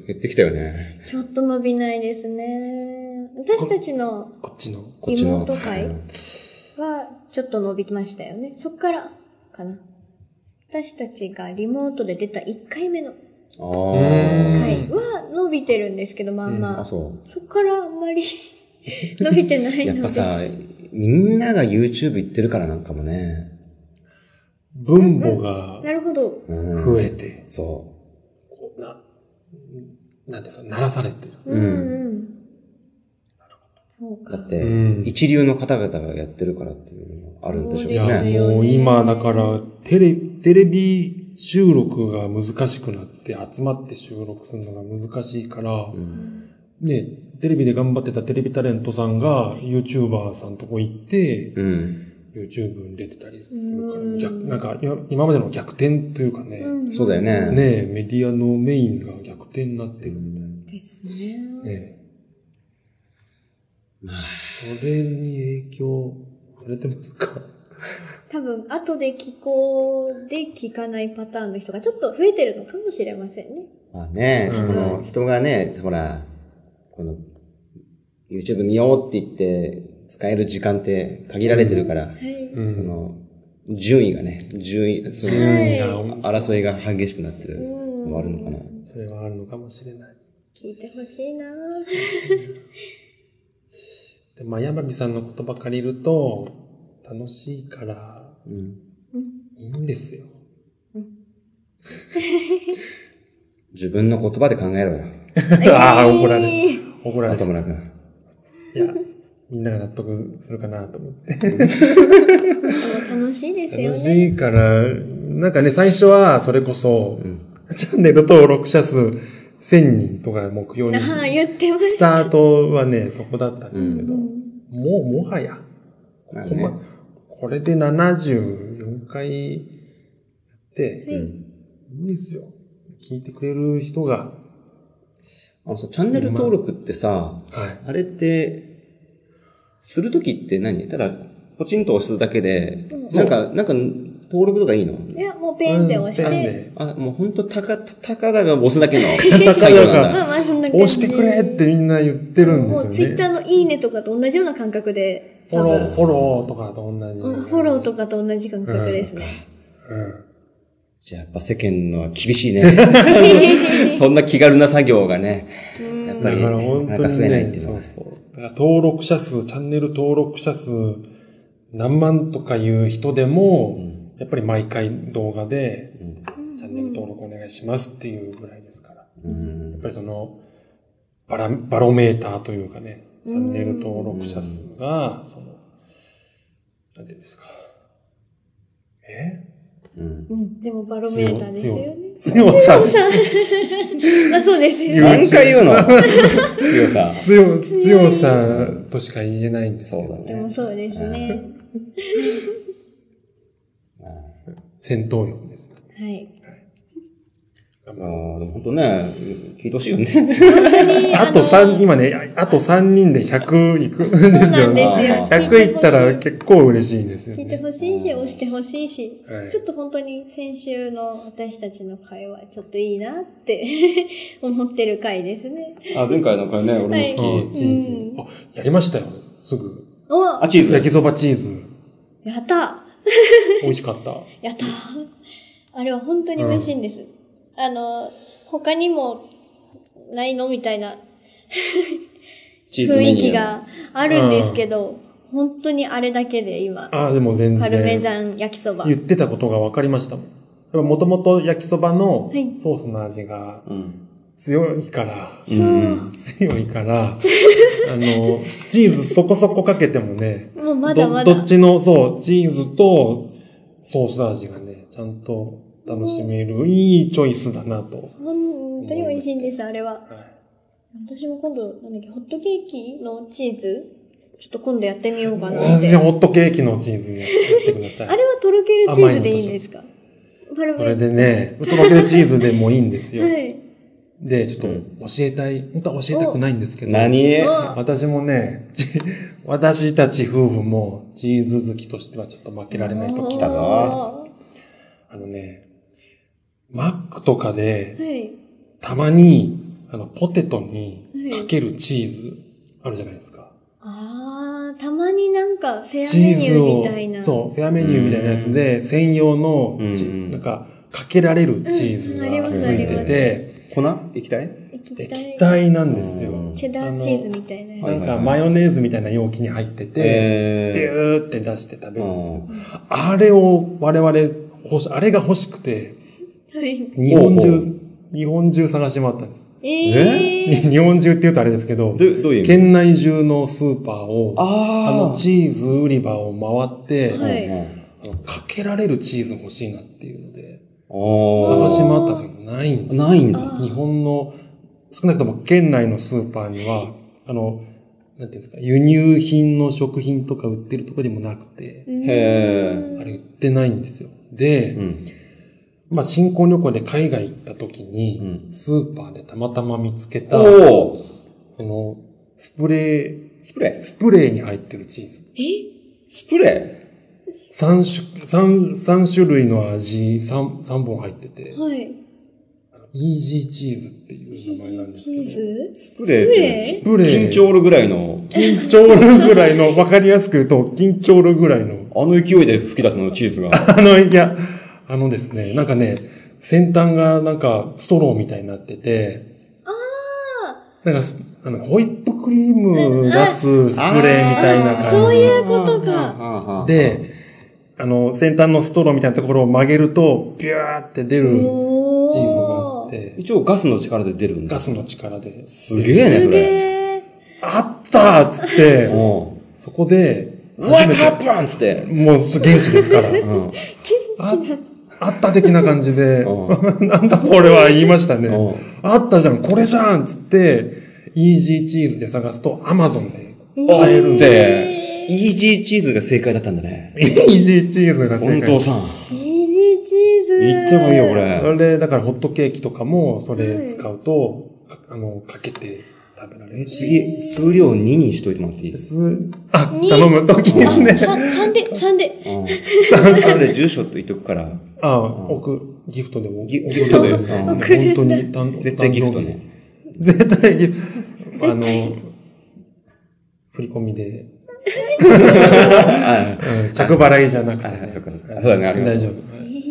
C: 減ってきたよね。
A: ちょっと伸びないですね。私たちの
B: こっちの。
C: こっちの。
A: 妹会
C: うん
A: はちょっと伸びましたよね。そっからかな。私たちがリモートで出た1回目の
C: あ
B: ん
C: ー
A: 回は伸びてるんですけど、まあま
C: あ、
A: あ。そ
C: そう。
A: っからあんまり [laughs] 伸びてない
C: やっ
A: の
C: ぱ
A: で。
C: さ、みんなが YouTube 行ってるからなんかもね。
B: 分母が
A: なるほど。
C: うん。
B: 増えて、
C: そ
B: こうな、なんていうんですか、鳴らされてる。
A: うんうん。そう
C: う。
A: か
C: だっ。て、
B: うん
C: 一流の方々がやってるからっていうのもあるんでしょう
B: いや
A: そうです
C: ね。
A: よね
B: もう今だからテレテレビ収録が難しくなって集まって収録するのが難しいから、ね、テレビで頑張ってたテレビタレントさんが YouTuber さんとこ行って、
C: うん。
B: YouTube に出てたりするから、
A: うん
B: 逆なんか今今までの逆転というかね、
A: うん
C: そうだよね。
B: ねメディアのメインが逆転になってるみたいな。
A: ですね。
B: ねそれに影響されてますか
A: 多分、後で聞こうで聞かないパターンの人がちょっと増えてるのかもしれませんね。
C: まあね、
B: うん
C: この人がね、ほら、この、YouTube 見ようって言って、使える時間って限られてるから、
A: はい。
B: うん
C: その、順位がね、順位、そ
A: 順
C: の
A: 位
C: 争いが激しくなってるのはあるのかな。
B: それはあるのかもしれない。
A: 聞いてほしいなぁ
B: で、まあ、山火さんの言葉借りると、楽しいから、
C: うん。
B: いいんですよ。
C: 自分の言葉で考えろよ。
B: [laughs] ああ、怒られる。怒られ
C: 里
B: る。
C: 村くん。
B: いや、みんなが納得するかなと思って。
A: でも楽しいですよね。
B: 楽しいから、なんかね、最初は、それこそ、チャンネル登録者数1000人とか目標にし
A: ああ、言ってまし
B: ス
A: た。
B: タートはね、そこだったんですけど、もうもはや、こ
C: まあ
B: こま、
C: ね
B: これで74回やって、いいんですよ。聞いてくれる人が、
C: あのさ、チャンネル登録ってさ、
B: はい。
C: あれって、するときって何ただ、ポチンと押すだけで、なんか、なんか、登録とかいいの
A: いや、もうペンって押し
B: うんペン
A: て、
B: で
C: あ、もうほんと、たか、たかだが押すだけ [laughs] の
B: たか
C: 作業な
B: だ
C: ん
A: ま
C: だ。
A: あまあそんな感じ。
B: 押してくれってみんな言ってるんですよ
A: も
B: ね。
A: うツイッターのいいねとかと同じような感覚で、
B: フ
A: 多
B: ォロー、
A: 分。
B: フォローとかと同じ。
A: うんフォローとかと同じ感覚ですね。
B: うん。
C: じゃあ、やっぱ世間のは厳しいね。 [laughs] そんな気軽な作業がね、やっぱ
B: だ
C: り、
B: から
C: な
B: 本
C: ん
B: 当
C: か
B: に
C: 増えないっ
B: ね、
C: ていう
B: そ
C: のは
B: う。そう。だから登録者数、チャンネル登録者数何万とかいう人でも、やっぱり毎回動画で、チャンネル登録お願いしますっていうぐらいですから。
C: うん
B: やっぱりその、バラ、バロメーターというかね、チャンネル登録者数が、その、なんていうんですか。え
A: うん、でもバロメーターですよね。
B: 強さ。
A: まあそうですよね。
C: 何回言うの強さ。
B: 強、強さとしか言えないんです
C: そ
B: け
C: うだ
B: ど、
A: で
C: ね。
A: もそうですね。
B: 戦闘力です。
A: はい。
C: あーでも本当ね、聞いてほしいよね。
B: あと三、今ね、ああと3人で100いくんですよね。
A: そうなんですよ
B: 100いったら結構嬉しいですよ
A: 聞いて
B: ね。
A: ほしいし、押してほしいし、
B: はい
A: ちょっと本当に先週の私たちの会話、ちょっといいなって [laughs] 思ってる回ですね。
C: あ、前回のこれね、俺も
B: う
C: 好
B: ん
C: き。
B: チーズ。あ、やりましたよ。すぐ。
A: お
C: あ、チーズ。
B: 焼きそばチーズ。
A: やった
B: 美味しかった。
A: やったあれは本当に美味しいんです。あの、他にもないのみたいな
C: チーズ
A: 雰
C: メ
A: 囲
C: ニュ
A: 気
C: ー。
A: があるんですけど、本当にあれだけで今、
B: ああ、でも全然。
A: パルメザン焼きそば。
B: 言ってたことが分かりましたもん。やっぱもともと焼きそばの
A: はい
B: ソースの味が
C: うん。
B: 強いから、
A: そう。
B: 強
A: [laughs]
B: いから、あの、チーズそこそこかけてもね、
A: もうまだま
B: ど
A: だ。
B: どっちの、そう、チーズとソース味がね、ちゃんと楽しめる、いいチョイスだなと。
A: 本当に美味しいんです、あれは。
B: はい
A: 私も今度、なんだっけ、ホットケーキのチーズちょっと今度やってみようかなっ
B: 私、
A: て。
B: ホットケーキのチーズやってくださ
A: あ
B: い。
A: れはとろけるチーズでいいんですかパル
B: そ
A: メ
B: れでね、とろけるチーズでもいいんですよ。
A: はい。
B: で、ちょっと教えたい、本当は教えたくないんですけど。
C: 何
A: お
B: 私もね、 [laughs] ち私たち夫婦もチーズ好きとしてはちょっと負けられないとき
C: たぞ
A: は
B: あのね、マックとかで、
A: い。
B: たまに、あの、ポテトに
A: はい
B: かけるチーズ、あるじゃないですか。
A: あー、たまになんかフェアメ
B: チー
A: ニ
B: ズ
A: ュー
B: を
A: みたいな。、
B: そう、フェアメニューみたいなやつで、専用のチ、
C: うん
B: なんか、かけられるチーズが
A: うんあります
B: ついてて、
C: 粉液体
A: 液体。
B: 液体なんですよ。
C: うん
A: チェダーチーズみたいな
B: な
A: や
B: ん
A: つ。
B: か、マヨネーズみたいな容器に入ってて、ビ
C: え
B: ューって出して食べるんです
C: う
B: よ。あれを我々欲し、あれが欲しくて、
A: はい。
B: 日本
C: ほうほ
B: 中、日本中探して回ったんです。 [laughs]
A: えー。
B: 日本中って言うとあれですけど
C: ー、ど、どういう意味
B: 県内中のスーパーを、あ
C: あ
B: のチーズ売り場を回って、
A: は
C: ー
A: い。
B: あのかけられるチーズ欲しいなっていうので、
C: うん。
B: 探
C: あ
B: し回ったんですけど、ないん
C: あ。
B: です。
C: ないんだ。
B: 日本の、少なくとも県内のスーパーには、あの、なんていうんですか、輸入品の食品とか売ってるとこでもなくて、
C: へー
B: あれ売ってないんですよ。で、
C: うん。
B: まあ、新婚旅行で海外行った時に、
C: う
B: スーパーでたまたま見つけた、
C: おー
B: その、スプレー、
C: スプレー
B: スプレーに入ってるチーズ。
A: え
C: スプレ
B: 三種、三、三種類の味、三、三本入ってて、
A: はい。
B: イージーチーズっていう名前なんです
A: チ
B: け
A: ー
B: ど、
A: ズ
C: ースプレーって
A: ス
B: スプレー、
C: 緊張るぐらいの、
B: 緊張るぐらいの、わかりやすく言うと、緊張るぐらいの、
C: あの勢いで吹き出すのチーズが。
B: あの、いや、あのですね、なんかね、先端がなんかストローみたいになってて、なんかす、あの、ホイップクリーム出すスプレーみたいな感じ。
A: そういうこと
C: は
A: か。
C: あはあ、
B: で、あの、先端のストローみたいなところを曲げると、ビューって出る
A: おー。
B: チーズがあって、
C: 一応ガスの力で出るんだ
B: ガ。スの力で、
C: すげえね、
A: す
C: それ。
A: げ
B: あったーっつって、
C: うん。
B: そこで、
C: ワ
B: 初めて
C: ッタプランつって。
B: もう現地ですから。
C: うん。
B: ああった的な感じで、 [laughs] なんだこれは言いましたね
C: うん。
B: あったじゃん、これじゃんっつって、イージーチーズで探すと、アマゾンで [laughs] 買えるんで
C: で、イージーチーズが正解だったんだね。
B: イージーチーズが正
C: 本
B: 解
C: 当。さん。
A: ー。イージーチーズ。
C: 言ってもいいよ、これ。
B: あれ、だからホットケーキとかも、それ使うと、かあの、かけて食べられ
C: え、
B: る。
C: 次、数量2にしといてもらっていいです
B: す、あ、頼むとき
A: あ、
B: [laughs] にね。
A: 3で、3で。
C: うん。後で住所と言っとくから、
B: あ、奥、ギフトでも。
C: ギギフトで
B: うん
C: うん
B: 本当に誕、
C: 絶対ギフトね。
B: 誕生日。絶対ギフト。あの、振り込みで。うん着払いじゃなくて
C: はいはいそっかそっ
B: ね。
C: かそうだねありがとう
B: 大丈夫。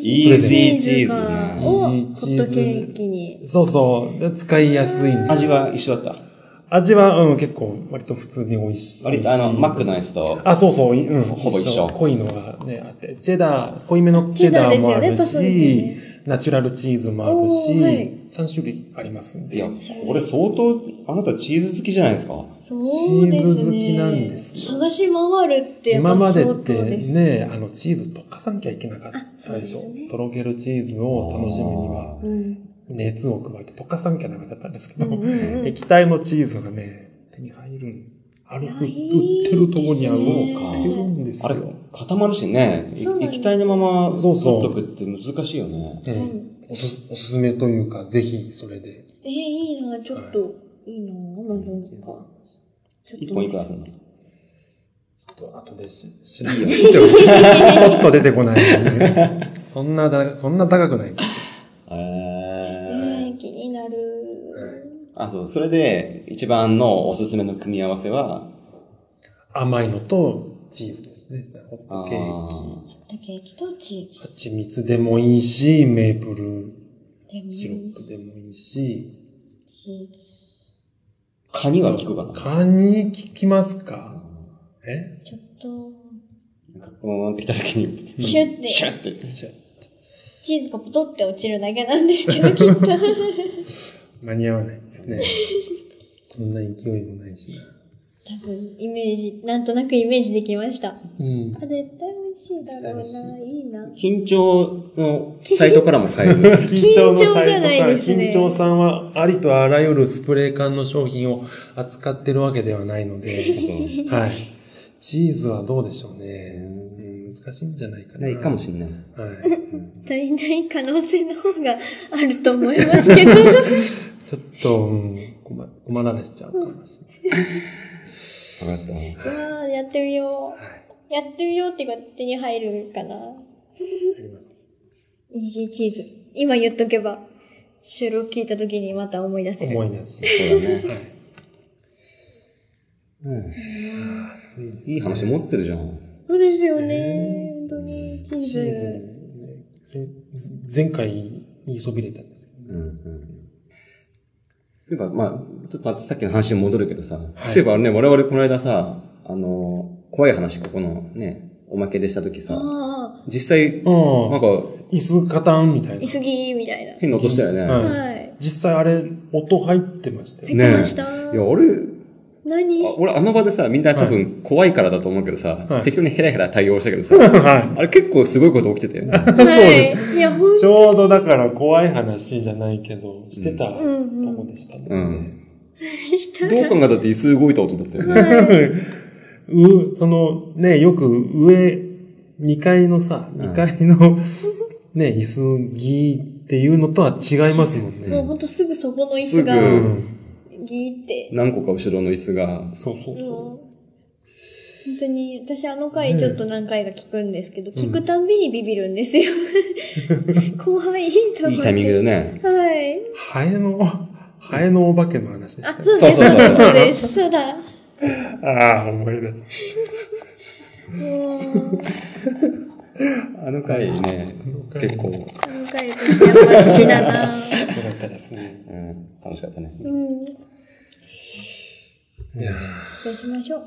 C: イージーチーズ
A: が
C: な。
A: を、ホ
B: イージーチー
A: ッ
B: ズ
A: トケーキに。
B: そうそう。で使いやすいんで。
C: 味は一緒だった。
B: 味は、うん、結構、割と普通に美味しい。
C: 割とあの、マックのやつと、
B: あ、そうそう、いうん、ほ
C: ぼ一緒
B: 濃いのがね、あって、チェダー、濃いめのチェダーもある
A: チェダー
B: し、
A: ですよね
B: ナチュラルチーズもある
A: おーはい
B: し、三3種類ありますん
C: い
B: で
C: や、これ相当、あなたチーズ好きじゃないですか
A: そう
B: チ
A: で
B: ーズ
A: す
B: 好
A: ね。
B: きなんです
A: 探し回るってやっ
B: 今ま
A: ぱ
B: で
A: 相
B: っ
A: 当
B: て
A: です。
B: ね、あの、チーズ溶かさなきゃいけなかったでし
A: あそう
B: ょ
A: ですね。
B: とろけるチーズを楽しむには、
A: うん
B: 熱を加えて溶かさなきゃダメだったんですけ
A: う
B: ど、
A: んうんうん
B: 液体のチーズがね、手に入る、歩く、売
A: い
B: って
A: や
B: るとこに
A: い
B: あ
A: いです
C: ね
B: る、売ってるんです
C: あれ
B: よ。、
C: 固まるしね、い
A: そうなんです
C: 液体のまま
B: そうそう
C: 取っとくって難しいよね。
B: うんおすすおすすめというか、ぜひそれで。
A: えー、いいな、ちょっと、いいな、アマゾンとか。ちょっ
C: 一
A: と
C: 本いくらするの
B: ちょっと後でし調べよう。もっと出てこない、 [laughs] そんなだ、そんな高くない。
A: え
C: えー
A: ー、気になる。
C: あ、そう、それで、一番のおすすめの組み合わせは、
B: 甘いのとチーズですね。ホットケー
A: ホットケーキとチーズ。
B: キ。蜂蜜でもいいし、メープル
A: レモン
B: シロップでもいいし、
A: チーズ。
C: カニは効くかな
B: カニ効きますかえ
A: ちょっと、
C: なんか、うーんってきた時に、
A: シュって、
C: シャッて。
A: チーズがポトって落ちるだけなんですけど、きっと。
B: 間に合わないですね。そんな勢いもないしな。
A: 多分、イメージ、なんとなくイメージできました。
B: うん
A: あ、。絶対美味しいだろうな、いいな。
C: 緊張のサイトからも買える。
B: 緊張のサイト
A: 緊
B: か
A: 張じゃない
B: ら
A: ですね
B: 緊張さんはありとあらゆるスプレー缶の商品を扱ってるわけではないので、はい。チーズはどうでしょうね。うん難しいんじゃない [laughs] かな。
C: ないかもしんない。
B: はい。
A: 絶対ない可能性の方があると思いますけど。
B: ちょっと、うん、困困られちゃうかもしれない。
C: わかった。
A: うわーやってみよ
B: はい。
A: う。やってみようっていうか手に入るかな。
B: あります。
A: イージーチーズ。今言っとけば、収録聞いた時にまた思い出せる。
B: 思い出し。
C: そうだね。
B: はい。
C: いい話持ってるじゃん。
A: そうですよね。本当にチー
B: チーズ
A: ズ。
B: にね、せ前回言いそびれたんですけど、
C: うんうん。そういえば、まあ、ちょっとまたさっきの話に戻るけどさ、そういえばあれね、我々この間さ、あの、怖い話ここのね、おまけでした時さ、
A: ああ、
C: 実際、
B: うん
C: なんか
B: 椅子カタンみたい
A: い
B: な。
A: すぎみたいな。
C: 変な音したよね。
B: はい
A: はい。
B: 実際あれ、音入ってましたよね
C: ね
A: 入ってました
C: いや、俺、
A: 何
C: あ俺あの場でさ、みんな多分怖いからだと思うけどさ、
B: はい
C: 適当にヘラヘラ対応したけどさ、
B: [laughs] [laughs] は
C: あれ結構すごいこと起きてたよね。
A: はい。いや、ほん
B: い。ちょうどだから怖い話じゃないけど、してたとこでしたね。
C: うん。
A: した
C: どう考えたって椅子動いた音だったよね。
B: [laughs] う、そのね、よく上、2階のさ、2階の、 [laughs] ね、椅子ギーっていうのとは違いますもん
A: もう
B: ね。
A: ほんとすぐそこの椅子が
C: す
B: う
C: ぐ
B: ん。
A: ギーって。
C: 何個か後ろの椅子が、
B: そうそうそ
A: もう本当に、私あの回ちょっと何回か聞くんですけど、聞くたんびにビビるんですよ。怖いと思って。
C: いいタイミングでね。
A: はい。
B: う。ハエの、ハエのお化けの話で
A: あ
B: し、たね。
A: そうです、
C: そうそうそう
A: そうです、そうだ。も
B: ああ、思い出した。
A: う、
C: あの回ね、結構、
A: あの回としてやっぱ好きだな
B: よかったですね。
C: うん、楽しかったね。
A: うん。
B: いや
A: そうしましょう。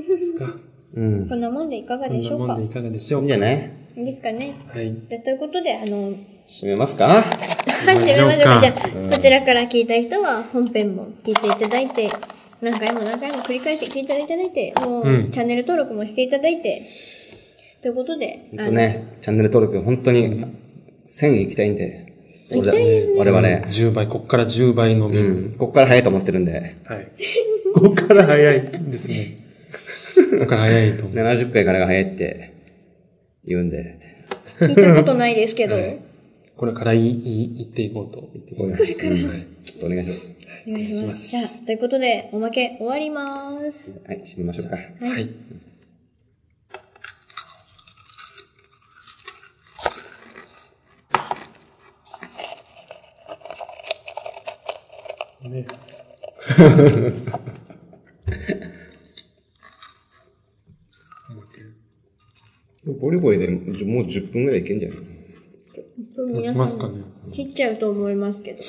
B: ー、ですか。
C: うん。
A: こんなもんでいかが
B: こ
A: で
B: んな
A: しょう
B: もん
A: か
B: でいかがでしょ
C: いいん
B: う
C: じ
B: か。
C: ゃない
A: いいですかね。
B: はい。
A: でということで、あの、
C: 閉めますか
A: はい、
B: し
A: し
B: ま
A: ま
B: し
A: し
B: ょうか
A: じゃあ、こちらから聞いた人は本編も聞いていただいて、何回も何回も繰り返して聞いていただいて、もう、
B: うん
A: チャンネル登録もしていただいて、ということで、
C: ほんとね、チャンネル登録、本当に、1000行きたいんで。
A: 行きたいですね
C: 我々、
B: 10倍、こっから10倍伸び
C: う
B: る。
C: ん、こっから早いと思ってるんで、
B: はい。ここから早いですね。ここから早いと思う。
C: 70回からが早いって言うんで、
A: 聞いたことないですけど、
B: これからいい、言っていこうと。
C: 言ってこい
A: これから
C: ちょ
B: はい。
C: っとお願いします。
A: お願いし
B: お願いし
A: ま。
B: ますす
A: じゃあ、ということで、おまけ終わります。
C: はい、締めましょうか。
B: はい。ね。
C: ボリボリでじゅもう10分ぐらいいけんじゃない
A: ちょっと皆さん
B: 持ちますかね。
A: 切っちゃうと思いますけど。